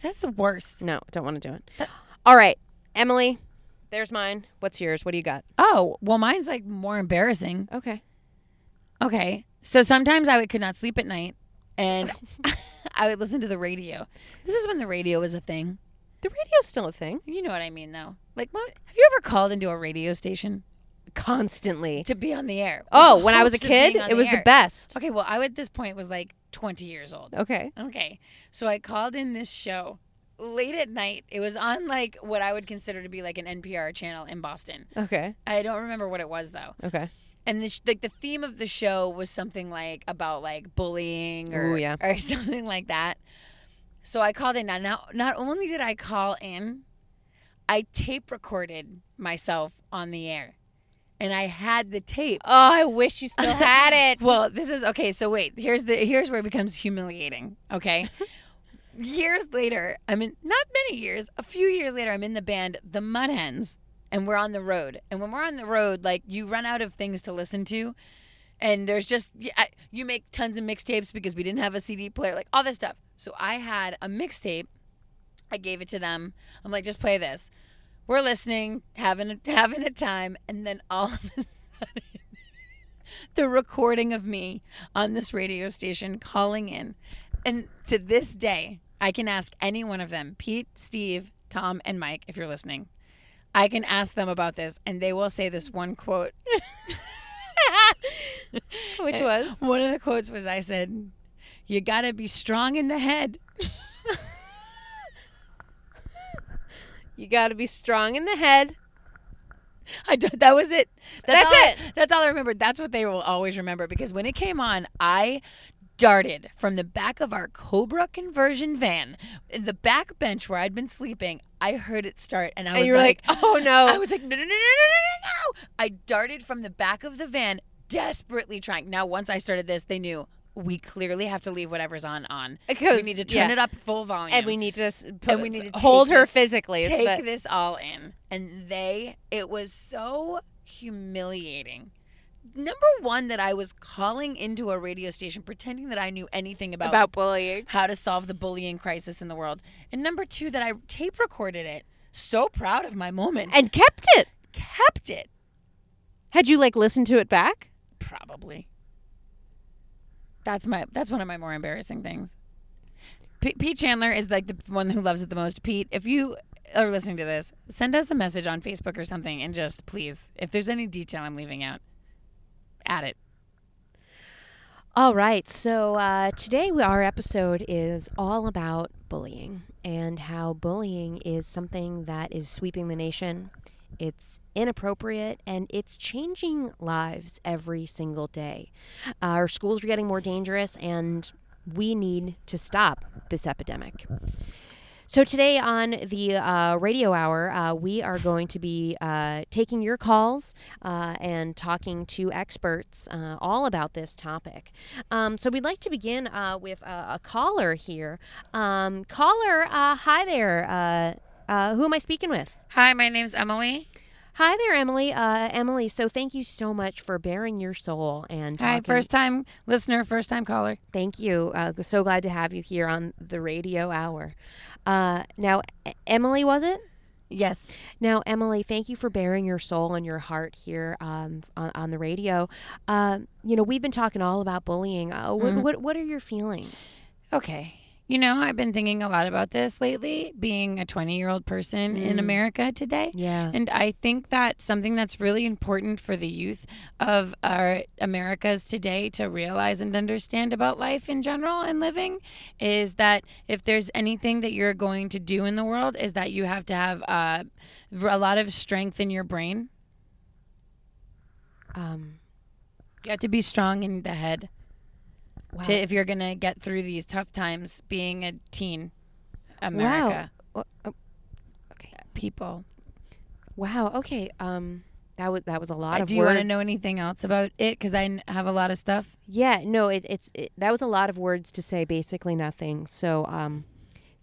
B: That's the worst.
A: No, don't want to do it. All right, Emily, there's mine. What's yours? What do you got?
B: Oh, well, mine's, like, more embarrassing.
A: Okay.
B: Okay. So sometimes I would- could not sleep at night and I would listen to the radio. This is when the radio was a thing.
A: The radio's still a thing.
B: You know what I mean, though. Like, what, have you ever called into a radio station
A: Constantly.
B: to be on the air?
A: Oh,
B: With
A: when I was a
B: hopes of being
A: kid,
B: on
A: it was the
B: air?
A: best.
B: Okay, well, I at this point was like 20 years old.
A: Okay.
B: Okay. So I called in this show late at night. It was on like what I would consider to be like an NPR channel in Boston.
A: Okay.
B: I don't remember what it was though.
A: Okay.
B: And the sh- like the theme of the show was something like about like bullying or
A: Ooh, yeah.
B: or something like that. So I called in. Now, now, not only did I call in, I tape recorded myself on the air, and I had the tape.
A: Oh, I wish you still had it.
B: Well, this is okay. So wait, here's the here's where it becomes humiliating. Okay. years later, I mean, not many years, a few years later, I'm in the band The Mudhens, and we're on the road. And when we're on the road, like you run out of things to listen to, and there's just y- I- you make tons of mixtapes because we didn't have a CD player, like all this stuff. So I had a mixtape. I gave it to them. I'm like, just play this. We're listening, having a, having a time, and then all of a sudden the recording of me on this radio station calling in. And to this day, I can ask any one of them, Pete, Steve, Tom, and Mike, if you're listening. I can ask them about this and they will say this one quote.
A: Which was
B: Eh, One of the quotes was I said, You gotta be strong in the head.
A: you got to be strong in the head.
B: I d- that was it.
A: That's
B: all I- that's all I remembered. That's what they will always remember because when it came on, I darted from the back of our Cobra conversion van, in the back bench where I'd been sleeping. I heard it start, and I
A: And
B: was
A: you were
B: like,
A: like, oh no.
B: I was like, no, no, no, no, no, no, no, no. I darted from the back of the van, desperately trying. Now, once I started this, they knew we clearly have to leave whatever's on on.
A: Because-
B: we need to turn
A: yeah.
B: it up full volume
A: and we need to s- put,
B: And we need to
A: hold
B: take
A: her
B: this-
A: physically. so
B: take
A: that-
B: this all in and they it was so humiliating number one that i was calling into a radio station pretending that i knew anything about,
A: about bullying.
B: how to solve the bullying crisis in the world and number two that i tape recorded it so proud of my moment
A: And kept it.
B: kept it
A: Had you like listened to it back?
B: probably that's my that's one of my more embarrassing things P- pete chandler is like the one who loves it the most pete if you are listening to this send us a message on facebook or something and just please if there's any detail i'm leaving out add it
A: All right. So uh, today, we, our episode is all about bullying and how bullying is something that is sweeping the nation. it's inappropriate, and it's changing lives every single day. Our schools are getting more dangerous, and we need to stop this epidemic. So today on the uh, radio hour, uh, we are going to be uh, taking your calls uh, and talking to experts uh, all about this topic. Um, so we'd like to begin uh, with a, a caller here. Um, caller, uh, hi there. Uh, uh, who am I speaking with?
B: Hi, my name's Emily.
A: Hi there, Emily. Uh, Emily, so thank you so much for bearing your soul and
B: Hi,
A: talking-
B: first time listener, first time caller.
A: Thank you. Uh, so glad to have you here on the radio hour. Uh, now, E- Emily, was it?
B: Yes.
A: Now, Emily, thank you for bearing your soul and your heart here um, on, on the radio. Um, you know, we've been talking all about bullying. Uh, what,
B: Mm-hmm.
A: what, what are your feelings?
B: Okay. You know, I've been thinking a lot about this lately, being a 20 year old person in America today.
A: Yeah.
B: And I think that something that's really important for the youth of our Americas today to realize and understand about life in general and living is that if there's anything that you're going to do in the world, is that you have to have uh, a lot of strength in your brain.
A: Um,
B: You have to be strong in the head
A: wow.
B: to, if you're going to get through these tough times being a teen
A: wow.
B: America
A: Wha- oh,
B: people.
A: Wow. Okay. Um, that was that was a lot
B: Uh,
A: of
B: Do you
A: words.
B: want to know anything else about it? Because I n- have a lot of stuff.
A: Yeah, no, it, it's it, that was a lot of words to say basically nothing. So, um,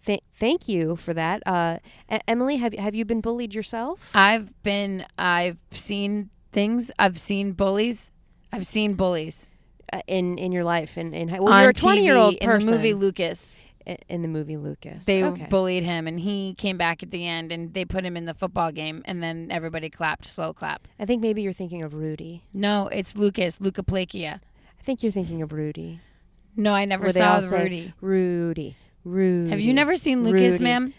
A: th- thank you for that. Uh, E- Emily, have have you been bullied yourself?
B: I've been, I've seen things. I've seen bullies. I've seen bullies
A: Uh, in in your life, in in high- well,
B: on
A: you're a
B: TV,
A: twenty year old
B: in
A: person
B: the movie Lucas.
A: I- in the movie Lucas.
B: They
A: okay.
B: bullied him, and he came back at the end, and they put him in the football game, and then everybody clapped, slow clap.
A: I think maybe you're thinking of Rudy.
B: No, it's Lucas, Luca Plakia.
A: I think you're thinking of Rudy.
B: No, I never
A: Where they
B: saw
A: all say,
B: Rudy.
A: Rudy. Rudy.
B: Have you never seen Lucas,
A: Rudy.
B: ma'am?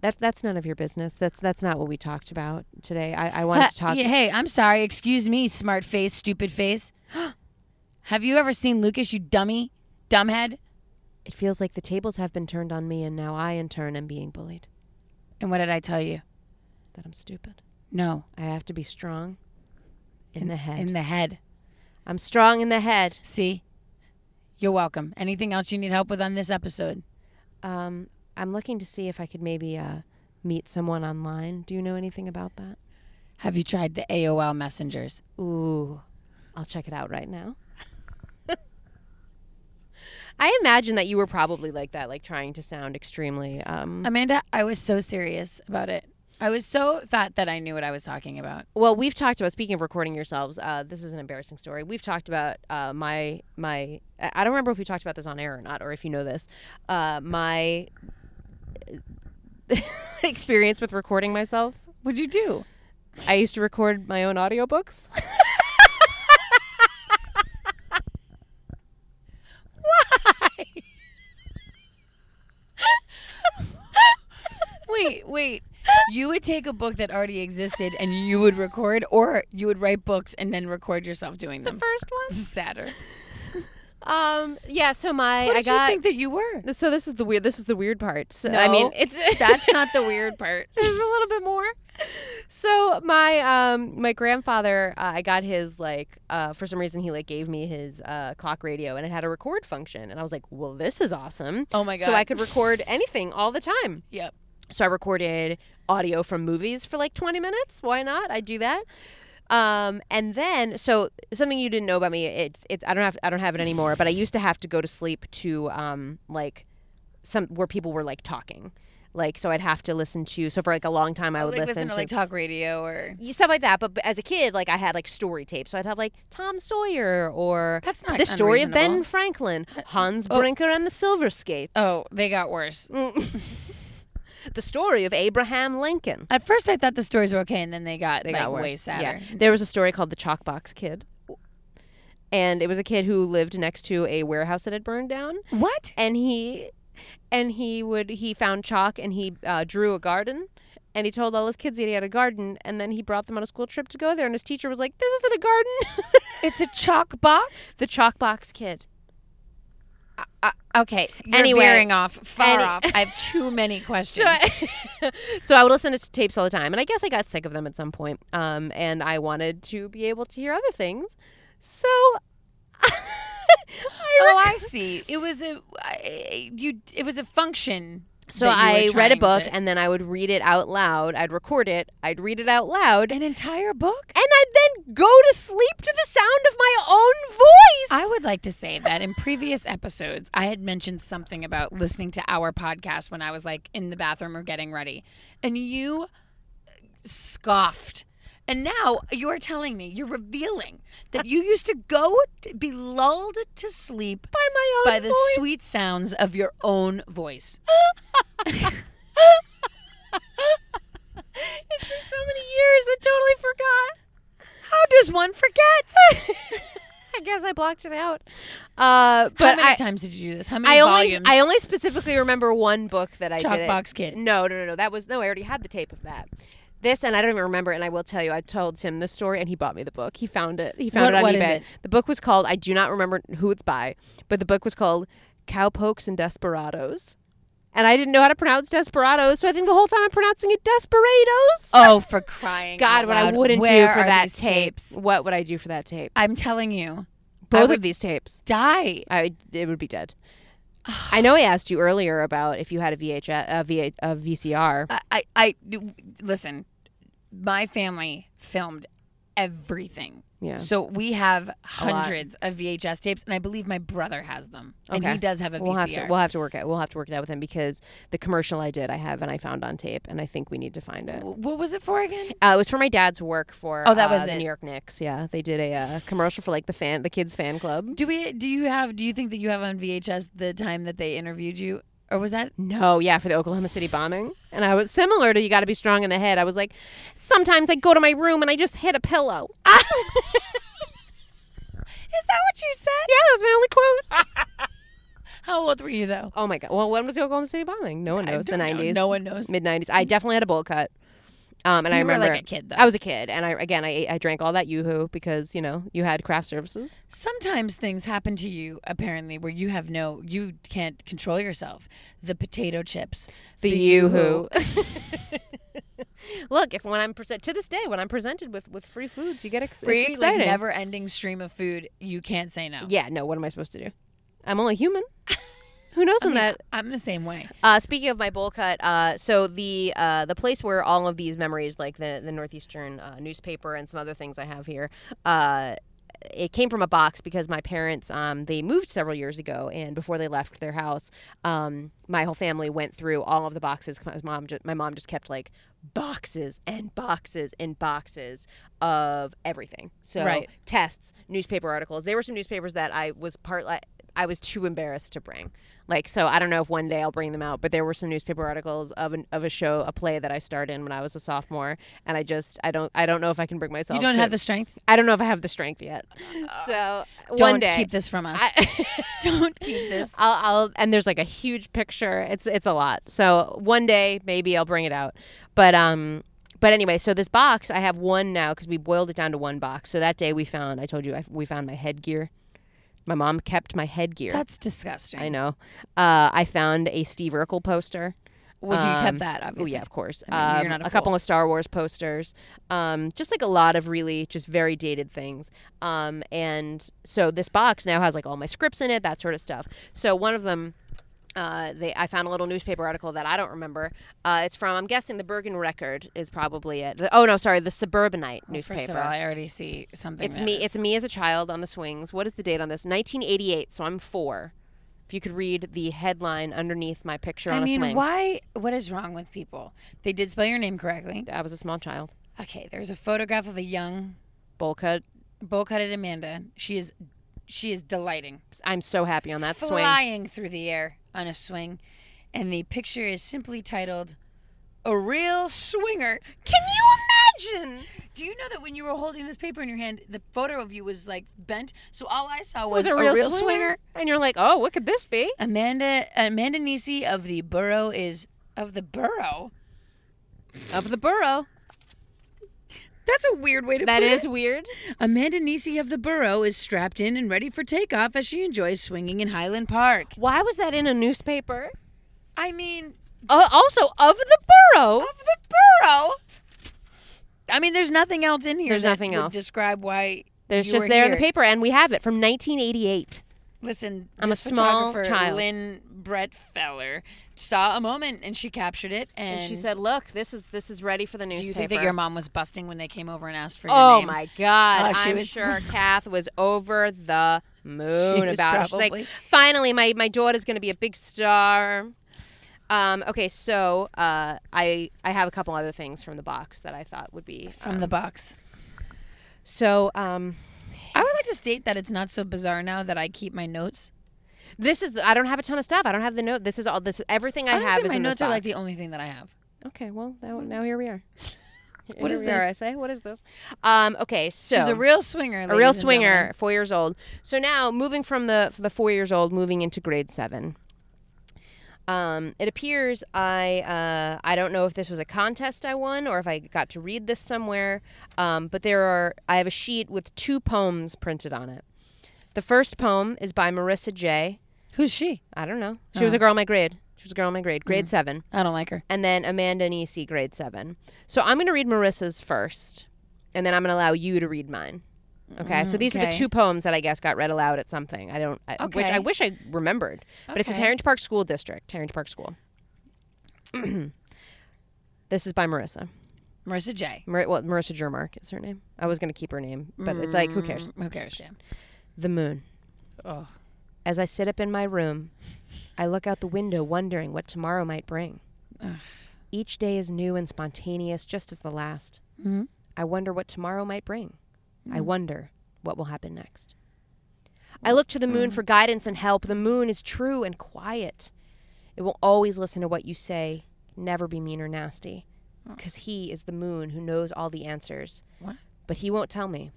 A: That's that's none of your business. That's that's not what we talked about today. I, I wanted to talk.
B: Yeah, hey, I'm sorry. Excuse me, smart face, stupid face. Have you ever seen Lucas, you dummy, dumbhead?
A: It feels like the tables have been turned on me, and now I in turn am being bullied.
B: And what did I tell you?
A: That I'm stupid.
B: No,
A: I have to be strong in, the head.
B: in the head.
A: I'm strong in the head.
B: See? You're welcome. Anything else you need help with on this episode?
A: Um, I'm looking to see if I could maybe uh, meet someone online. Do you know anything about that?
B: Have you tried the AOL messengers?
A: Ooh, I'll check it out right now. I imagine that you were probably like that, like trying to sound extremely. Um,
B: Amanda, I was so serious about it. I was so thought that I knew what I was talking about.
A: well, we've talked about speaking of recording yourselves. Uh, this is an embarrassing story. We've talked about uh, my my. I I don't remember if we talked about this on air or not, or if you know this. Uh, my uh, experience with recording myself.
B: What'd you do?
A: I used to record my own audiobooks.
B: Wait, wait. You would take a book that already existed and you would record, or you would write books and then record yourself doing them.
A: First one.
B: Sadder.
A: Um. Yeah. So my
B: What did
A: I got.
B: you think that you were?
A: so this is the weird. This is the weird part. So, I mean,
B: No,
A: it's
B: That's not the weird part.
A: there's a little bit more. So my um my grandfather, uh, I got his like uh for some reason he like gave me his uh clock radio and it had a record function and I was like, well, this is awesome.
B: Oh my god.
A: So I could record anything all the time.
B: Yep.
A: So I recorded audio from movies for like 20 minutes. Why not? I do that. Um, and then so something you didn't know about me, it's it's I don't have I don't have it anymore, but I used to have to go to sleep to um like some where people were like talking. Like so I'd have to listen to so for like a long time I would
B: Oh, like listen, to,
A: to
B: like talk radio or
A: y- stuff like that, but b- as a kid like I had like story tapes. So I'd have like Tom Sawyer or
B: That's not
A: The Story of Ben
B: unreasonable.
A: Franklin, Hans
B: oh.
A: Brinker and the Silver Skates.
B: Oh, they got worse.
A: The Story of Abraham Lincoln.
B: At first, I thought the stories were okay, and then they got
A: They
B: like
A: got worse.
B: way sadder.
A: Yeah. There was a story called the Chalkbox Kid. And it was a kid who lived next to a warehouse that had burned down
B: What?
A: and he and he would he found chalk and he uh, drew a garden and he told all his kids that he had a garden and then he brought them on a school trip to go there and his teacher was like this isn't a garden
B: It's a chalk box.
A: the chalk box kid
B: uh, okay. You're
A: Anyway.
B: veering off, far
A: Any-
B: off. I have too many questions.
A: So I, so I would listen to tapes all the time, and I guess I got sick of them at some point. Um, and I wanted to be able to hear other things, so I
B: oh,
A: rec-
B: I see. It was a I, you. It was a function.
A: so
B: that you
A: I
B: were
A: read a
B: trying
A: book,
B: to-
A: and then I would read it out loud. I'd record it. I'd read it out loud, and
B: an entire book.
A: I'd then go to sleep to the sound of my own voice.
B: I would like to say that in previous episodes, I had mentioned something about listening to our podcast when I was like in the bathroom or getting ready, and you scoffed. And now you are telling me, you're revealing that you used to go to be lulled to sleep
A: by my own
B: by the
A: voice.
B: sweet sounds of your own voice.
A: It's been so many years, I totally forgot.
B: How does one forget?
A: I guess I blocked it out. Uh, but
B: How many
A: I,
B: times did you do this? How many
A: I only
B: volumes?
A: I only specifically remember one book that I
B: Chalk
A: did. it-
B: Box Kid.
A: No, no, no, no. That was no. I already had the tape of that. This and I don't even remember. And I will tell you, I told Tim this story, and he bought me the book. He found it. He found
B: What-
A: it on
B: what is
A: eBay.
B: it?
A: The book was called. I do not remember who it's by, but the book was called "Cowpokes and Desperados." And I didn't know how to pronounce desperados, so I think the whole time I'm pronouncing it desperados.
B: oh, for crying!
A: God,
B: out
A: what I
B: loud.
A: wouldn't
B: Where
A: do for
B: are
A: that
B: these
A: tape.
B: tapes?
A: What would I do for that tape?
B: I'm telling you, I
A: Both
B: would
A: of these tapes.
B: die.
A: I it would be dead. I know I asked you earlier about if you had a VHS, a, v, a VCR.
B: I, I, I- listen. My family filmed everything,
A: Yeah.
B: so we have
A: lot.
B: hundreds of VHS tapes, and I believe my brother has them, and
A: Okay.
B: he does have a VCR.
A: We'll have to we'll have to work out we'll have to work it out with him because the commercial I did I have and I found on tape and I think we need to find it.
B: W- what was it for again?
A: Uh, it was for my dad's work for
B: Oh, that
A: uh,
B: was
A: the
B: it.
A: New York Knicks. Yeah, they did a uh, commercial for like the fan the kids fan club.
B: Do we? Do you have? Do you think that you have on VHS the time that they interviewed you, or was that?
A: No, Oh, yeah, for the Oklahoma City bombing. And I was similar to you got to be strong in the head. I was like, sometimes I go to my room and I just hit a pillow.
B: Is that what you said?
A: yeah, that was my only quote.
B: How old were you though?
A: Oh my god. Well, when was the Oklahoma City bombing? No one
B: I
A: knows. The
B: don't know.
A: nineties.
B: No one knows.
A: Mid nineties. I definitely had a bowl cut. Um, and I
B: You were
A: remember
B: like a kid though.
A: I was a kid, and I again I ate, I drank all that yoo-hoo because you know you had craft services.
B: Sometimes things happen to you apparently where you have no, you can't control yourself. The potato chips,
A: The,
B: Yoo-hoo.
A: yoo-hoo. Look, if when I'm present to this day when I'm presented with with free foods, you get ex- it's
B: free, like
A: exciting.
B: never-ending stream of food. You can't say no.
A: yeah, no. What am I supposed to do? I'm only human. Who knows
B: I
A: when
B: mean,
A: that
B: I'm the same way.
A: Uh, speaking of my bowl cut, uh, so the uh, the place where all of these memories, like the the northeastern uh, newspaper and some other things I have here, uh, it came from a box because my parents um, they moved several years ago, and before they left their house, um, my whole family went through all of the boxes. 'cause My mom, just, my mom just kept like boxes and boxes and boxes of everything. So
B: Right.
A: tests, newspaper articles. There were some newspapers that I was part like I was too embarrassed to bring. Like so I don't know if one day I'll bring them out, but there were some newspaper articles of an, of a show, a play that I starred in when I was a sophomore and I just I don't I don't know if I can bring myself
B: You don't
A: to-
B: have the strength.
A: I don't know if I have the strength yet. So
B: Don't
A: one day
B: keep this from us.
A: I-
B: don't keep this.
A: I'll, I'll and there's like a huge picture. It's it's a lot. So one day maybe I'll bring it out. But um but anyway, so this box I have one now because we boiled it down to one box. So that day we found I told you I, we found my headgear. My mom kept my headgear.
B: That's disgusting.
A: I know. Uh, I found a Steve Urkel poster.
B: Well, you
A: Um,
B: kept that
A: Oh
B: obviously.
A: yeah, of course.
B: I mean, you're
A: Um,
B: not a
A: couple of Star Wars posters, um, just like a lot of really just very dated things. Um, and so this box now has like all my scripts in it, that sort of stuff. So one of them. Uh, they, I found a little newspaper article that I don't remember. Uh, it's from, I'm guessing, the Bergen Record is probably it. The- oh no, sorry, the Suburbanite newspaper.
B: Oh, First of all, I already see something.
A: It's
B: that
A: me.
B: is-
A: It's me as a child on the swings. What is the date on this? 1988. So I'm four. If you could read the headline underneath my picture
B: I
A: on
B: mean,
A: a swing,
B: why? What is wrong with people? They did spell your name correctly.
A: I was a small child.
B: Okay, there's a photograph of a young
A: Bowl cut.
B: bowl cutted Amanda. She is, she is delighting.
A: I'm so happy on that swing.
B: flying through the air on a swing, and the picture is simply titled "A Real Swinger." Can you imagine? Do you know that when you were holding this paper in your hand, the photo of you was like bent, so all I saw was, a real, swinger.
A: And you're like, oh, what could this be?
B: Amanda Amanda Nisi of the Burrow is of the Burrow
A: Of the burrow.
C: That's a weird way to
A: That
C: put
A: is
C: it.
A: weird.
B: Amanda Nisi of the Burrow is strapped in and ready for takeoff as she enjoys swinging in Highland Park.
A: Why was that in a newspaper?
C: I mean,
A: Uh, also of the borough.
C: of the burrow.
B: I mean, there's nothing else in here.
A: There's
B: that
A: nothing
B: would
A: else.
B: Describe why.
A: There's
B: you
A: just
B: were
A: there in the
B: here.
A: paper, and we have it from 1988.
B: Listen,
A: I'm a
B: this
A: small
B: photographer,
A: child.
B: Lynn Brett Feller saw a moment and she captured it, and,
A: And, she said, "Look, this is this is ready for the newspaper."
B: "Do you think that your mom was busting when they came over and asked for your
A: Oh
B: name?"
A: my God!
B: Oh, she
A: I'm
B: was-
A: sure Kath was over the moon
B: was
A: about it. She's
B: probably-
A: like, "Finally, my my daughter's going to be a big star." Um, okay, so uh, I I have a couple other things from the box that I thought would be
B: From
A: um,
B: the box.
A: so um,
B: I would like to state that it's not so bizarre now that I keep my notes.
A: this is the, I don't have a ton of stuff. I don't have the note. This is all this everything I have
B: Honestly,
A: is
B: my
A: in this
B: notes are like
A: box.
B: the only thing that I have.
A: Okay, well now, now here we are.
B: What
A: Here
B: is
A: we are,
B: this?
A: I say, what is this? Um, okay, so
B: She's a real swinger.
A: a real swinger, four years old. So now, moving from the from the four years old, moving into grade seven. Um, it appears I uh, I don't know if this was a contest I won or if I got to read this somewhere, um, but there are I have a sheet with two poems printed on it. The first poem is by Marissa J.
B: Who's she?
A: I don't know. She was a girl in my grade. She was a girl in my grade, grade seven
B: I don't like her.
A: and then Amanda Nisi, grade seven. So I'm going to read Marissa's first, and then I'm going to allow you to read mine. Okay, so these are the
B: okay.
A: two poems that I guess got read aloud at something. I don't, I, which
B: Okay.
A: I wish I remembered, but it's at
B: Okay.
A: Harrington Park School District, Harrington Park School. this is by Marissa.
B: Marissa J.
A: Mar- well, Marissa Jermark is her name. I was going to keep her name, but it's like, who cares?
B: Mm, Who cares, Jim?
A: The moon.
B: Oh.
A: As I sit up in my room, I look out the window wondering what tomorrow might bring.
B: Ugh.
A: Each day is new and spontaneous, just as the last.
B: Mhm.
A: I wonder what tomorrow might bring. I
B: Mm-hmm.
A: wonder what will happen next. I look to the
B: mm.
A: moon for guidance and help. The moon is true and quiet. It will always listen to what you say, never be mean or nasty. Because he is the moon who knows all the answers.
B: Oh. What?
A: But he won't tell me.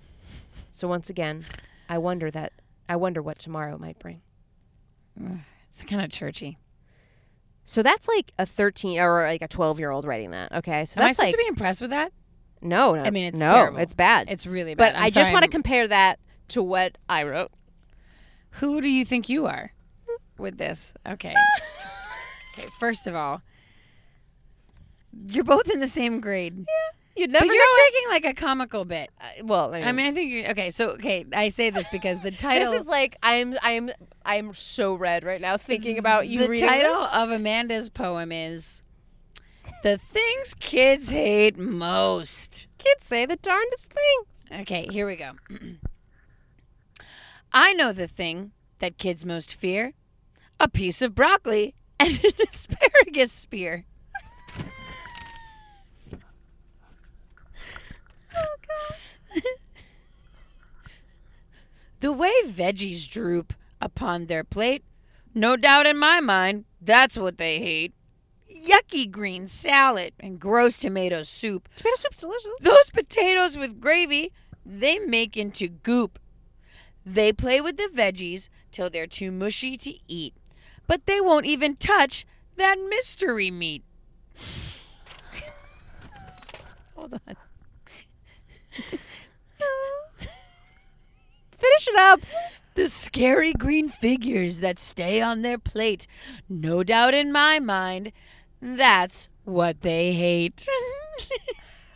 A: So once again, I wonder that I wonder what tomorrow might bring.
B: It's kind of churchy.
A: So that's like a 13 or like a 12 year old writing that. Okay. So
B: Am I
A: that's
B: supposed
A: like
B: to be impressed with that?
A: no, no.
B: I mean, it's
A: no,
B: terrible.
A: it's bad.
B: It's really bad.
A: but
B: I'm
A: I just
B: sorry,
A: want to
B: I'm-
A: compare that to what I wrote.
B: Who do you think you are with this? Okay. okay. First of all, you're both in the same grade,
A: You'd
B: but
A: never
B: you're taking like a comical bit.
A: it. Well, I mean,
B: I mean, I think you're okay. So, okay, I say this because the title,
A: this is like I'm I'm I'm so red right now thinking about you
B: Mm, the
A: reading
B: title
A: this.
B: of Amanda's poem is "The Things Kids Hate Most."
A: Kids say the darndest things.
B: Okay, here we go. I know the thing that kids most fear a piece of broccoli and an asparagus spear. Oh, the way veggies droop upon their plate, no doubt in my mind, that's what they hate. Yucky green salad and gross tomato soup
A: Tomato soup's delicious.
B: those potatoes with gravy, they make into goop. They play with the veggies till they're too mushy to eat, but they won't even touch that mystery meat. Hold on.
A: Finish it up.
B: The scary green figures that stay on their plate, no doubt in my mind, that's what they hate.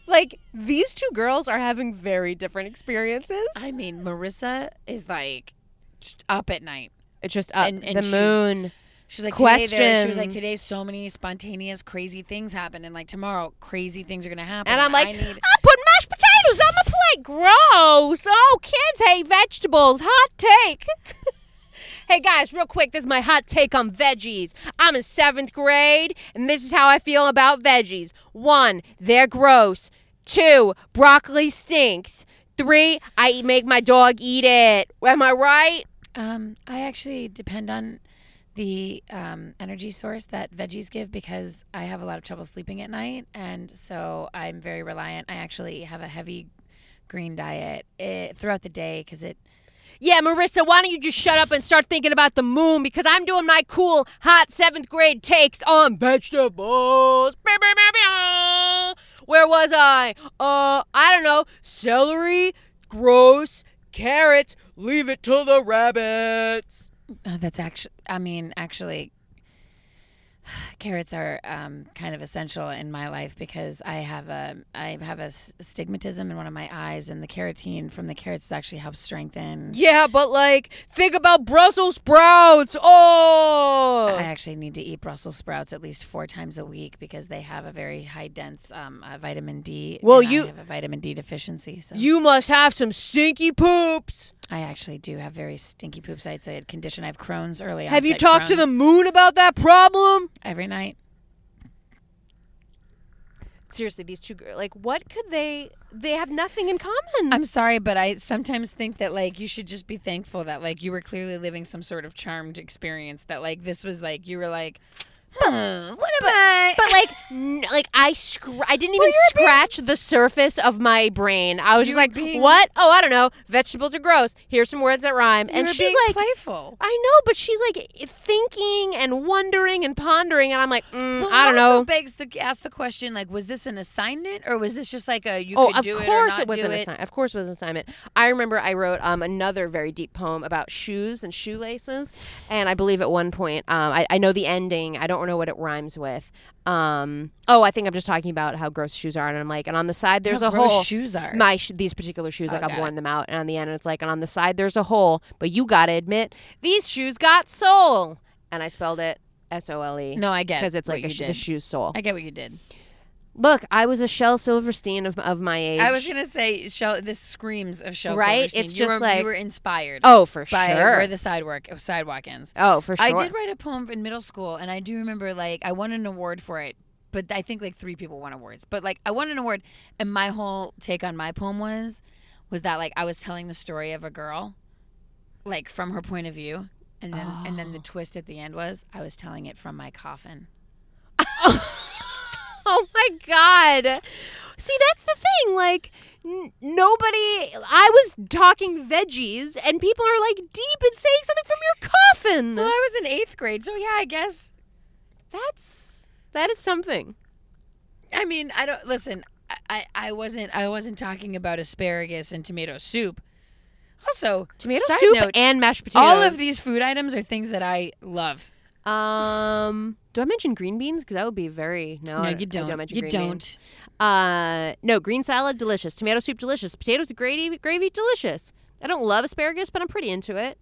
A: Like these two girls are having very different experiences.
B: I mean, Marissa is like just up at night.
A: It's just up
B: And- and
A: the
B: she's-
A: moon.
B: She's like today there- She was like
A: Questions.
B: today, so many spontaneous, crazy things happen, and like tomorrow, crazy things are gonna happen.
A: And I'm like, I,
B: I need
A: put mashed potatoes on my plate. Gross. Oh, kids hate vegetables. Hot take. hey, guys, real quick. This is my hot take on veggies. I'm in seventh grade, and this is how I feel about veggies. One, they're gross. Two, broccoli stinks. Three, I eat- make my dog eat it. Am I right?
B: um, I actually depend on the um, energy source that veggies give because I have a lot of trouble sleeping at night, and so I'm very reliant. I actually have a heavy green diet eh, throughout the day because it
A: Yeah, Marissa, why don't you just shut up and start thinking about the moon because I'm doing my cool, hot seventh grade takes on vegetables. Meow, meow, meow, meow. Where was I? Uh, I don't know. Celery, gross, carrots, leave it to the rabbits.
B: Uh, that's actually, I mean, actually, carrots are um, kind of essential in my life because I have a I have a s- stigmatism in one of my eyes, and the carotene from the carrots actually helps strengthen.
A: Yeah, but like, think about Brussels sprouts. Oh.
B: I actually need to eat Brussels sprouts at least four times a week because they have a very high dense um, uh, vitamin D.
A: Well,
B: and I
A: you-
B: have a vitamin D deficiency, so
A: you must have some stinky poops.
B: I actually do have very stinky poops. I'd say a condition. I have Crohn's early.
A: Have you
B: onset
A: talked to the
B: Crohn's
A: moon about that problem?
B: every night?
A: Seriously, these two girls, like, what could they? They have nothing in common.
B: I'm sorry, but I sometimes think that like you should just be thankful that like you were clearly living some sort of charmed experience. That like this was like you were like, huh, what am I?
A: but like, n- like I scr- I didn't even scratch the surface of my brain. I was
B: You
A: just
B: were
A: like,
B: being-
A: what? Oh, I don't know. Vegetables are gross. Here's some words that rhyme.
B: you
A: and
B: were
A: she's
B: being
A: like,
B: playful.
A: I know, but she's like i- thinking and wondering and pondering, and I'm like, mm,
B: Well,
A: I
B: it
A: don't
B: also
A: know.
B: Begs to ask the question like, was this an assignment or was this just like a you
A: Oh,
B: could
A: of
B: do it or
A: course
B: not
A: it was
B: do
A: an
B: it?
A: assignment. Of course it was an assignment. I remember I wrote um, another very deep poem about shoes and shoelaces, and I believe at one point um, I, I know the ending. I don't know what it rhymes with. Um, oh, I think I'm just talking about how gross shoes are, and I'm like, and on the side there's
B: How
A: a
B: gross
A: hole.
B: Shoes are.
A: My sh- these particular shoes,
B: Oh,
A: like
B: got
A: I've worn them out, and on the end it's like, and on the side there's a hole, but you gotta admit these shoes got soul, and I spelled it S O L E
B: no, I get
A: because it's
B: what
A: like
B: you
A: a sh- the
B: did.
A: shoe's soul.
B: I get what you did.
A: Look, I was a Shell Silverstein of of my age.
B: I was gonna say, Shel- this screams of Shel
A: Right?
B: Silverstein.
A: It's
B: You
A: just
B: were- you
A: like-
B: were inspired
A: oh for
B: by
A: sure.
B: where the sidewalk sidewalk ends.
A: oh for sure.
B: I did write a poem in middle school, and I do remember like I won an award for it, but I think like three people won awards. But like I won an award, and my whole take on my poem was, was that like I was telling the story of a girl, like from her point of view, and then and then the twist at the end was I was telling it from my coffin.
A: Oh my god. See, that's the thing. Like n- nobody. I was talking veggies, and people are like deep and saying something from your coffin.
B: Well, I was in eighth grade, so yeah, I guess.
A: That's that is something.
B: I mean, I don't listen. I, I, I wasn't I wasn't talking about asparagus and tomato soup. Also,
A: Tomato
B: side
A: soup
B: note,
A: and mashed potatoes.
B: all of these food items are things that I love.
A: Um, do I mention green beans? Because that would be very no.
B: No,
A: I-
B: you
A: I
B: don't.
A: don't mention
B: you
A: green
B: don't.
A: Beans. Uh, no green salad, delicious. Tomato soup, delicious. Potatoes with gravy, gravy, delicious. I don't love asparagus, but I'm pretty into it.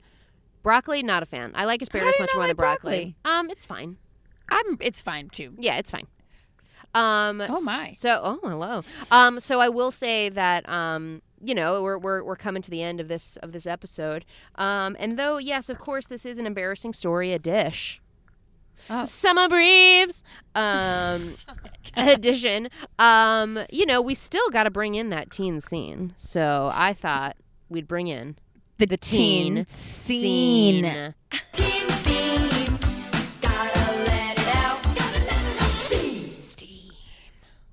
A: Broccoli, not a fan. I like asparagus
B: do you
A: much
B: not
A: more
B: like
A: than broccoli. Um, it's fine.
B: I'm. It's fine too.
A: Yeah, it's fine. Um,
B: Oh, my.
A: So oh hello. Um, so I will say that um, you know we're, we're we're coming to the end of this of this episode. Um, and though yes, of course, this is an embarrassing story, a dish.
B: Oh.
A: Summer breeze. Um, edition. Um, you know we still got to bring in that teen scene. So I thought we'd bring in
B: The,
A: teen
B: scene.
C: Team Steam. Gotta let it out. Gotta let it out. Steam.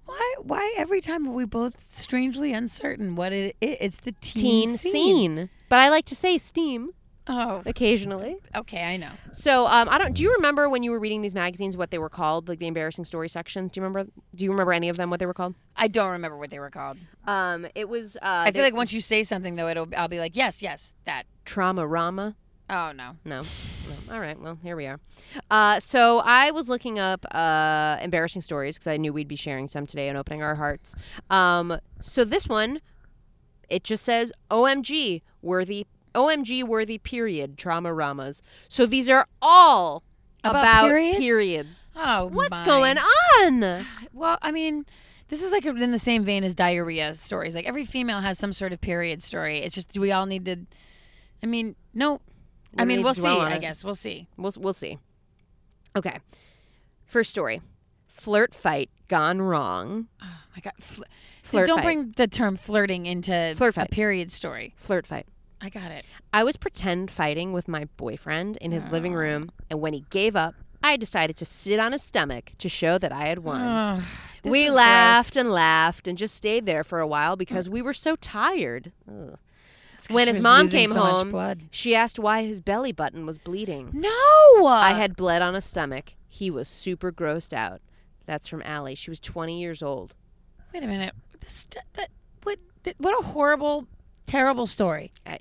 B: Why? Why every time are we both strangely uncertain what it? it it's the teen,
A: Teen scene. But I like to say steam
B: Oh,
A: occasionally.
B: okay. I know.
A: So um, I don't. Do you remember when you were reading these magazines what they were called? Like the embarrassing story sections. Do you remember? Do you remember any of them? What they were called?
B: I don't remember what they were called.
A: Um, it was. Uh,
B: I feel like once you say something though, it'll. I'll be like, yes, yes, that.
A: trauma rama.
B: Oh no.
A: No. no. All right. Well, here we are. Uh, so I was looking up uh, embarrassing stories because I knew we'd be sharing some today and opening our hearts. Um, so this one, it just says OMG worthy. OMG worthy period trauma ramas. So these are all
B: About
A: about,
B: periods?
A: periods.
B: Oh,
A: What's
B: my.
A: going on?
B: Well, I mean, this is like in the same vein as diarrhea stories. Like every female has some sort of period story. It's just do we all need to? I mean, no. I
A: We
B: mean,
A: need
B: we'll
A: to
B: see.
A: dwell on
B: I
A: it.
B: guess we'll see.
A: We'll we'll see. Okay. First story. Flirt fight gone wrong.
B: Oh my god. Fl-
A: Flirt
B: don't
A: fight.
B: bring the term flirting into
A: Flirt
B: a
A: fight.
B: period story.
A: Flirt fight.
B: I got it.
A: I was pretend fighting with my boyfriend in his living room, and when he gave up, I decided to sit on his stomach to show that I had won.
B: Ugh, this
A: we
B: is
A: laughed and laughed and just stayed there for a while
B: Mm.
A: because we were so tired. Ugh.
B: gross. It's 'cause
A: When
B: she
A: his
B: was
A: mom
B: losing
A: came
B: so much
A: home-
B: blood.
A: She asked why his belly button was bleeding.
B: No,
A: I had bled on his stomach. He was super grossed out. That's from Allie. She was 20 years old.
B: wait a minute. This, that, what, that, what a horrible, terrible story.
A: I-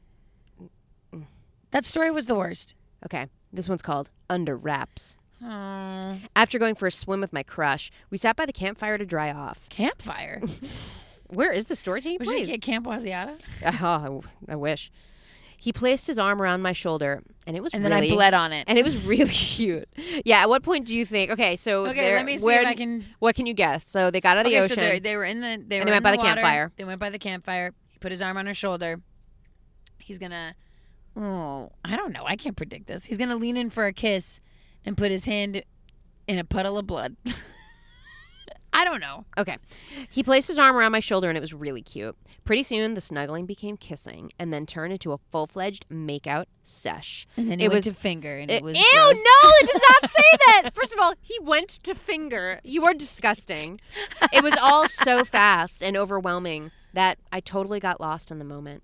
B: that story was the worst.
A: Okay, this one's called Under Wraps.
B: Oh,
A: After going for a swim with my crush, we sat by the campfire to dry off.
B: campfire.
A: Where is the story taking
B: We should
A: place?
B: get Camp Wasiata.
A: Oh, I w- I wish. He placed his arm around my shoulder, and it was
B: And then
A: really,
B: I bled on it.
A: and it was really cute. Yeah. At what point do you think? Okay, so
B: Okay,
A: they're-
B: let me see
A: where
B: if I
A: d-
B: can.
A: What can you guess? So they got out of the
B: okay, so
A: ocean.
B: they they were in the they, were
A: they went
B: in
A: by the
B: water.
A: campfire.
B: They went by the campfire. He put his arm on her shoulder. He's gonna. Oh, I don't know. I can't predict this. He's gonna lean in for a kiss, and put his hand in a puddle of blood. I don't know.
A: okay, he placed his arm around my shoulder, and it was really cute. Pretty soon, the snuggling became kissing, and then turned into a full-fledged makeout sesh.
B: And then
A: he
B: it
A: went
B: was
A: to
B: a finger, and
A: Uh,
B: it, was.
A: Ew! No, it does not say that. First of all, he went to finger. You are disgusting. It was all so fast and overwhelming that I totally got lost in the moment.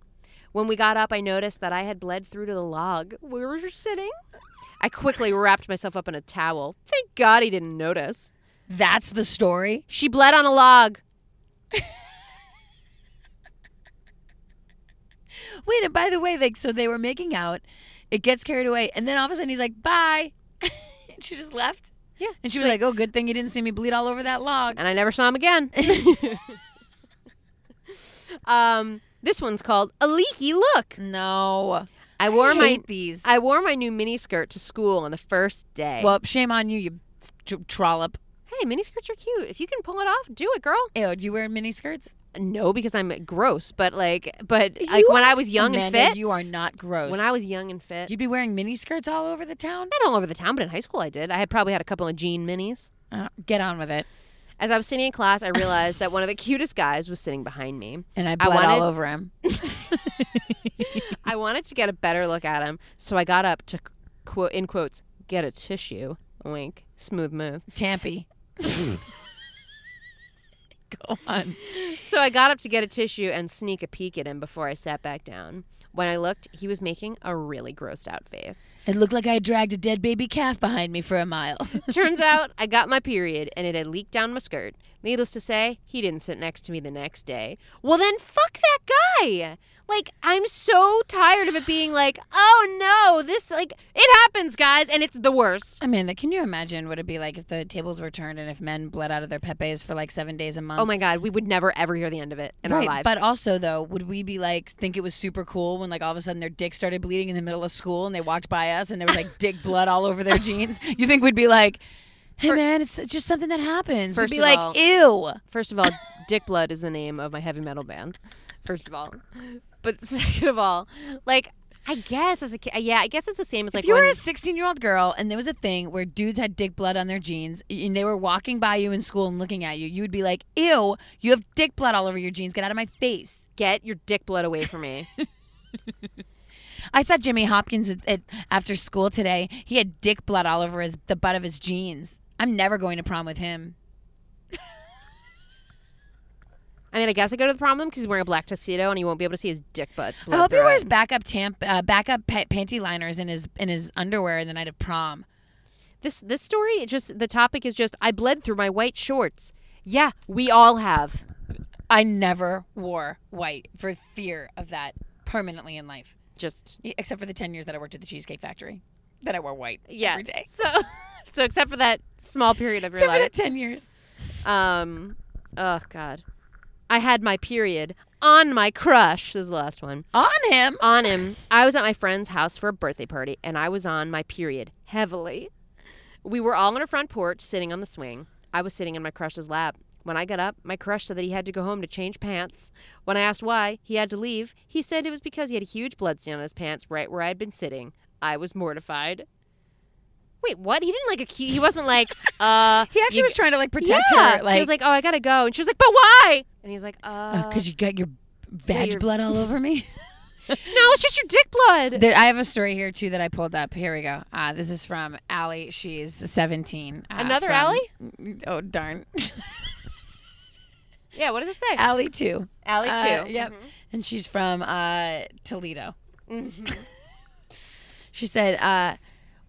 A: When we got up, I noticed that I had bled through to the log where we were sitting. I quickly wrapped myself up in a towel. Thank God he didn't notice.
B: That's the story.
A: She bled on a log.
B: Wait, and by the way, like, so they were making out. It gets carried away, and then all of a sudden he's like, "Bye," and she just left.
A: Yeah,
B: And she was like, "Oh, good thing you didn't see me bleed all over that log."
A: and I never saw him again. um, this one's called a leaky look.
B: No,
A: I wore
B: I
A: my
B: hate these.
A: I wore my new miniskirt to school on the first day.
B: Well, shame on you, you t- trollop.
A: hey, miniskirts are cute. If you can pull it off, do it, girl.
B: Ew, oh, do you wear mini skirts?
A: No, because I'm gross, but like, but like
B: You
A: when I was young
B: Amanda,
A: and fit,
B: You are not gross.
A: when I was young and fit,
B: You'd be wearing mini skirts all over the town?
A: not all over the town, but in high school I did. I had probably had a couple of jean minis.
B: Uh, get on with it.
A: As I was sitting in class, I realized that one of the cutest guys was sitting behind me.
B: And I
A: I
B: bled
A: wanted-
B: all over him.
A: I wanted to get a better look at him, so I got up to quote in quotes get a tissue. Wink. Smooth move.
B: Tampy. Go on.
A: So I got up to get a tissue and sneak a peek at him before I sat back down. When I looked, he was making a really grossed out face.
B: It looked like I dragged a dead baby calf behind me for a mile.
A: Turns out I got my period and it had leaked down my skirt. Needless to say, he didn't sit next to me the next day. Well, then fuck that guy. Like, I'm so tired of it being like, oh no, this, like, it happens, guys, and it's the worst.
B: Amanda, can you imagine what it'd be like if the tables were turned and if men bled out of their pepes for like seven days a month?
A: Oh my God, we would never ever hear the end of it in our lives.
B: But also, though, would we be like think it was super cool when like all of a sudden their dick started bleeding in the middle of school and they walked by us and there was like dick blood all over their jeans? You think we'd be like, hey man, it's, it's just something that happens.
A: First
B: we'd
A: of
B: be like,
A: all-
B: ew.
A: First of all, Dick Blood is the name of my heavy metal band. First of all, but second of all, like I guess as a kid, yeah, I guess it's the same as like
B: if you were
A: when-
B: a 16 year old girl and there was a thing where dudes had dick blood on their jeans and they were walking by you in school and looking at you, you would be like, ew, you have dick blood all over your jeans. Get out of my face.
A: get your Dick Blood away from me.
B: I saw Jimmy Hopkins at, at, after school today. He had dick blood all over his the butt of his jeans. I'm never going to prom with him.
A: I mean, I guess I go to the problem because he's wearing a black tuxedo and he won't be able to see his dick butt.
B: I
A: blood
B: hope he
A: through
B: wears
A: it.
B: backup tamp, uh, backup pa- panty liners in his in his underwear the night of prom.
A: this. This story, it just the topic is just I bled through my white shorts. Yeah, we all have.
B: I never wore white for fear of that permanently in life,
A: Just
B: E- except for the ten years that I worked at the Cheesecake Factory, that I wore white
A: yeah.
B: every day.
A: So, so except for that small period of your
B: Except for
A: life,
B: that ten years.
A: Um, oh God, I had my period on my crush. This is the last one
B: On him.
A: on him. I was at my friend's house for a birthday party, and I was on my period heavily. We were all on her front porch, sitting on the swing. I was sitting in my crush's lap. When I got up, my crush said that he had to go home to change pants. When I asked why he had to leave, he said it was because he had a huge blood stain on his pants right where I'd been sitting. I was mortified. Wait, what? He didn't like a He wasn't like, uh.
B: He actually
A: you-
B: was trying to like protect
A: yeah.
B: her. Like,
A: he was like, "Oh, I gotta go," and she was like, "But why?" And he's like, "Uh,
B: because you got your
A: yeah,
B: vag
A: your-
B: blood all over me.
A: no, it's just your dick blood."
B: There, I have a story here too that I pulled up. Here we go. Uh, this is from Allie. She's 17. uh,
A: Another
B: from-
A: Allie?
B: Oh darn.
A: yeah, what does it say?
B: Allie too.
A: Allie Mm-hmm.
B: Uh,
A: too.
B: yep. And she's from uh, Toledo. she said, uh,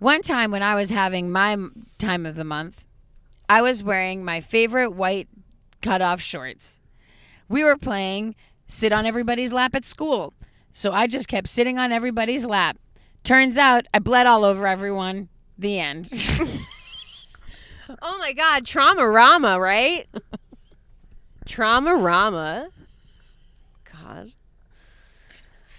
B: one time when I was having my m- time of the month, I was wearing my favorite white cutoff shorts. we were playing sit on everybody's lap at school. So I just kept sitting on everybody's lap. Turns out I bled all over everyone. The end.
A: Oh my God, trauma rama, right? trauma rama. God.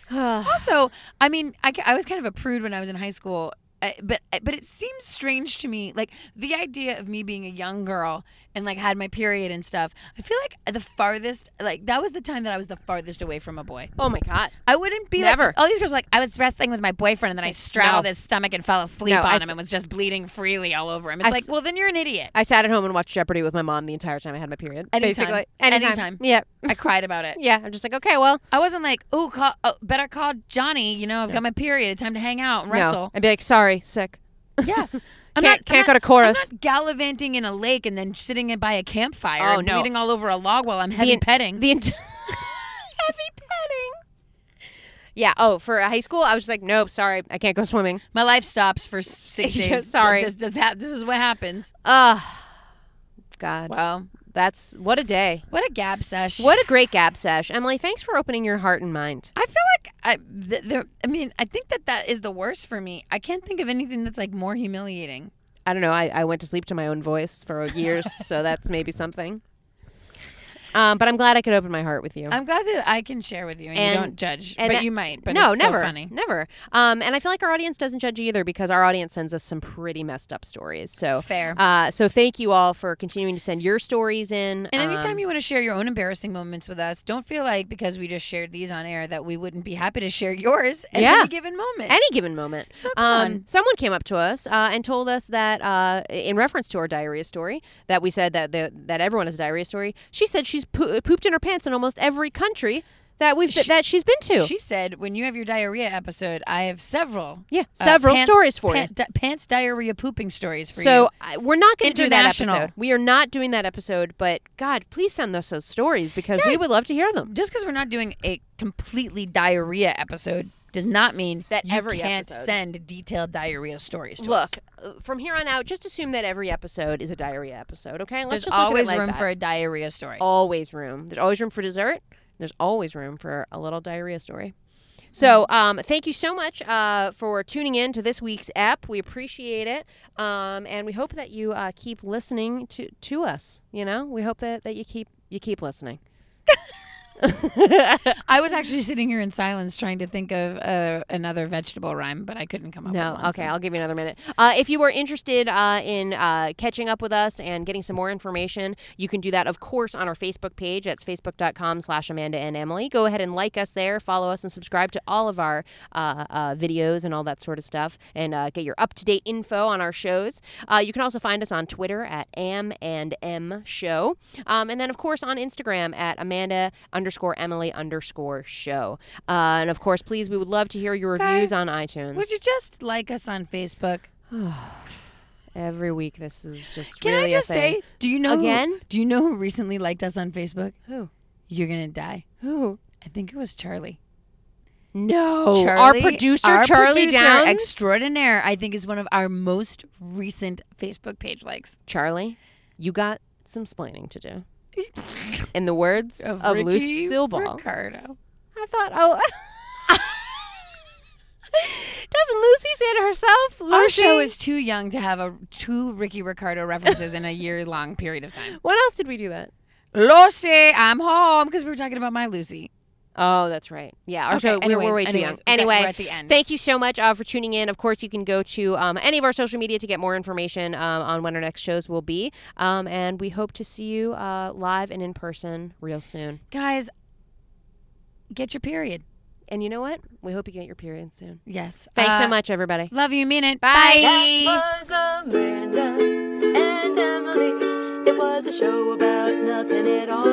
A: Oh
B: also, I mean, I, ca- I was kind of a prude when I was in high school, uh, but but it seems strange to me, like the idea of me being a young girl and like had my period and stuff. I feel like the farthest, like that was the time that I was the farthest away from a boy.
A: oh my God.
B: I wouldn't be
A: Never.
B: Like, all these girls are like I was wrestling with my boyfriend and then I straddled
A: No.
B: his stomach and fell asleep
A: No,
B: on
A: I
B: him
A: s-
B: and was just bleeding freely all over him. It's
A: I
B: like,
A: s-
B: well, then you're an idiot.
A: I sat at home and watched Jeopardy with my mom the entire time I had my period.
B: Anytime.
A: Basically. Anytime.
B: Anytime.
A: Yeah.
B: I cried about it.
A: Yeah. I'm just like, okay, well,
B: I wasn't like, ooh, call, oh, better call Johnny. You know, I've got my period. It's time to hang out and
A: no.
B: wrestle.
A: I'd be like, sorry, sick.
B: Yeah. I'm
A: Can't,
B: not,
A: can't
B: I'm not,
A: go to chorus.
B: I'm not gallivanting in a lake and then sitting in by a campfire
A: Oh,
B: and
A: no.
B: bleeding all over a log while I'm heavy
A: en-
B: petting.
A: the ent- heavy petting. Yeah. Oh, for high school, I was just like, nope, sorry, I can't go swimming.
B: My life stops for s- six
A: Yeah,
B: days.
A: sorry.
B: This, this, hap- this is what happens.
A: Ah, God,
B: Wow.
A: that's what a day.
B: What a gab sesh.
A: What a great gab sesh, Emily. Thanks for opening your heart and mind.
B: I feel like I, th- there, I mean, I think that that is the worst for me. I can't think of anything that's like more humiliating.
A: I don't know. I, I went to sleep to my own voice for years, so that's maybe something. Um, but I'm glad I could open my heart with you.
B: I'm glad that I can share with you and,
A: And-
B: you don't judge,
A: and
B: but
A: that-
B: you might. Uh, But
A: no,
B: it's still
A: never,
B: funny.
A: never. Um, and I feel like our audience doesn't judge you either because our audience sends us some pretty messed up stories. So
B: Fair.
A: Uh, so thank you all for continuing to send your stories in.
B: And
A: Um,
B: anytime you want to share your own embarrassing moments with us, don't feel like because we just shared these on air that we wouldn't be happy to share yours at
A: Yeah.
B: any given moment.
A: any given moment.
B: So come
A: Um,
B: on.
A: someone came up to us uh, and told us that, uh, in reference to our diarrhea story, that we said that the, that everyone has a diarrhea story. She said she's poo- uh, pooped in her pants in almost every country that we've
B: She-
A: that she's been to.
B: she said, "When you have your diarrhea episode, I have several,
A: yeah,
B: uh,
A: several
B: pants-
A: stories for
B: pan-
A: you.
B: di- pants diarrhea pooping stories for
A: So
B: you."
A: I, we're not going to do that
B: International.
A: episode. We are not doing that episode. But God, please send us those stories because we would love to hear them.
B: Just because we're not doing a completely diarrhea episode does not mean
A: That
B: you
A: every
B: can't
A: episode.
B: send detailed diarrhea stories. To us.
A: Look, uh, from here on out, just assume that every episode is a diarrhea episode. Okay, let's
B: there's
A: just
B: always
A: look at it like
B: room
A: that. Oh.
B: for a diarrhea story.
A: always room. There's always room for dessert. There's always room for a little diarrhea story. So, um, thank you so much uh, for tuning in to this week's app. We appreciate it, um, and we hope that you uh, keep listening to to us. You know, we hope that, that you keep you keep listening.
B: I was actually sitting here in silence trying to think of uh, another vegetable rhyme, but I couldn't come up
A: No,
B: with one.
A: okay, I'll give you another minute. Uh, if you are interested uh, in uh, catching up with us and getting some more information, you can do that, of course, on our Facebook page. That's facebook.com slash Amanda and Emily. Go ahead and like us there, follow us, and subscribe to all of our uh, uh, videos and all that sort of stuff, and uh, get your up to date info on our shows. Uh, you can also find us on Twitter at am and m show, um, and then of course on Instagram at Amanda underscore Emily underscore show. Uh, and of course, please, we would love to hear your reviews
B: Guys,
A: on iTunes.
B: Would you just like us on Facebook?
A: Every week, this is just
B: Can
A: really
B: I just
A: a thing.
B: say, do you know
A: Again?
B: Who, do you know who recently liked us on Facebook?
A: Who?
B: You're gonna die.
A: Who?
B: I think it was Charlie.
A: No, our
B: Charlie-
A: producer
B: our
A: Charlie
B: producer
A: Downs.
B: extraordinaire. I think is one of our most recent Facebook page likes.
A: Charlie, you got some splaining to do. In the words of, Lucy Silball,
B: Ricardo.
A: I thought, oh. Doesn't Lucy say to herself, Lucy?
B: Our show is too young to have a two Ricky Ricardo references in a year long period of time.
A: What else did we do that?
B: Lucy, I'm home because we were talking about my Lucy.
A: Oh, that's right. Yeah, our
B: Okay,
A: show, we were
B: anyways,
A: way too young.
B: anyways, okay,
A: Anyway,
B: we're at the end.
A: thank you so much uh, for tuning in. Of course, you can go to um, any of our social media to get more information um, on when our next shows will be. Um, and we hope to see you uh, live and in person real soon.
B: Guys, get your period.
A: And you know what? We hope you get your period soon.
B: Yes.
A: Thanks so
B: Uh,
A: much, everybody.
B: Love you. Mean it.
A: Bye.
C: That was Amanda and Emily. It was a show about nothing at all.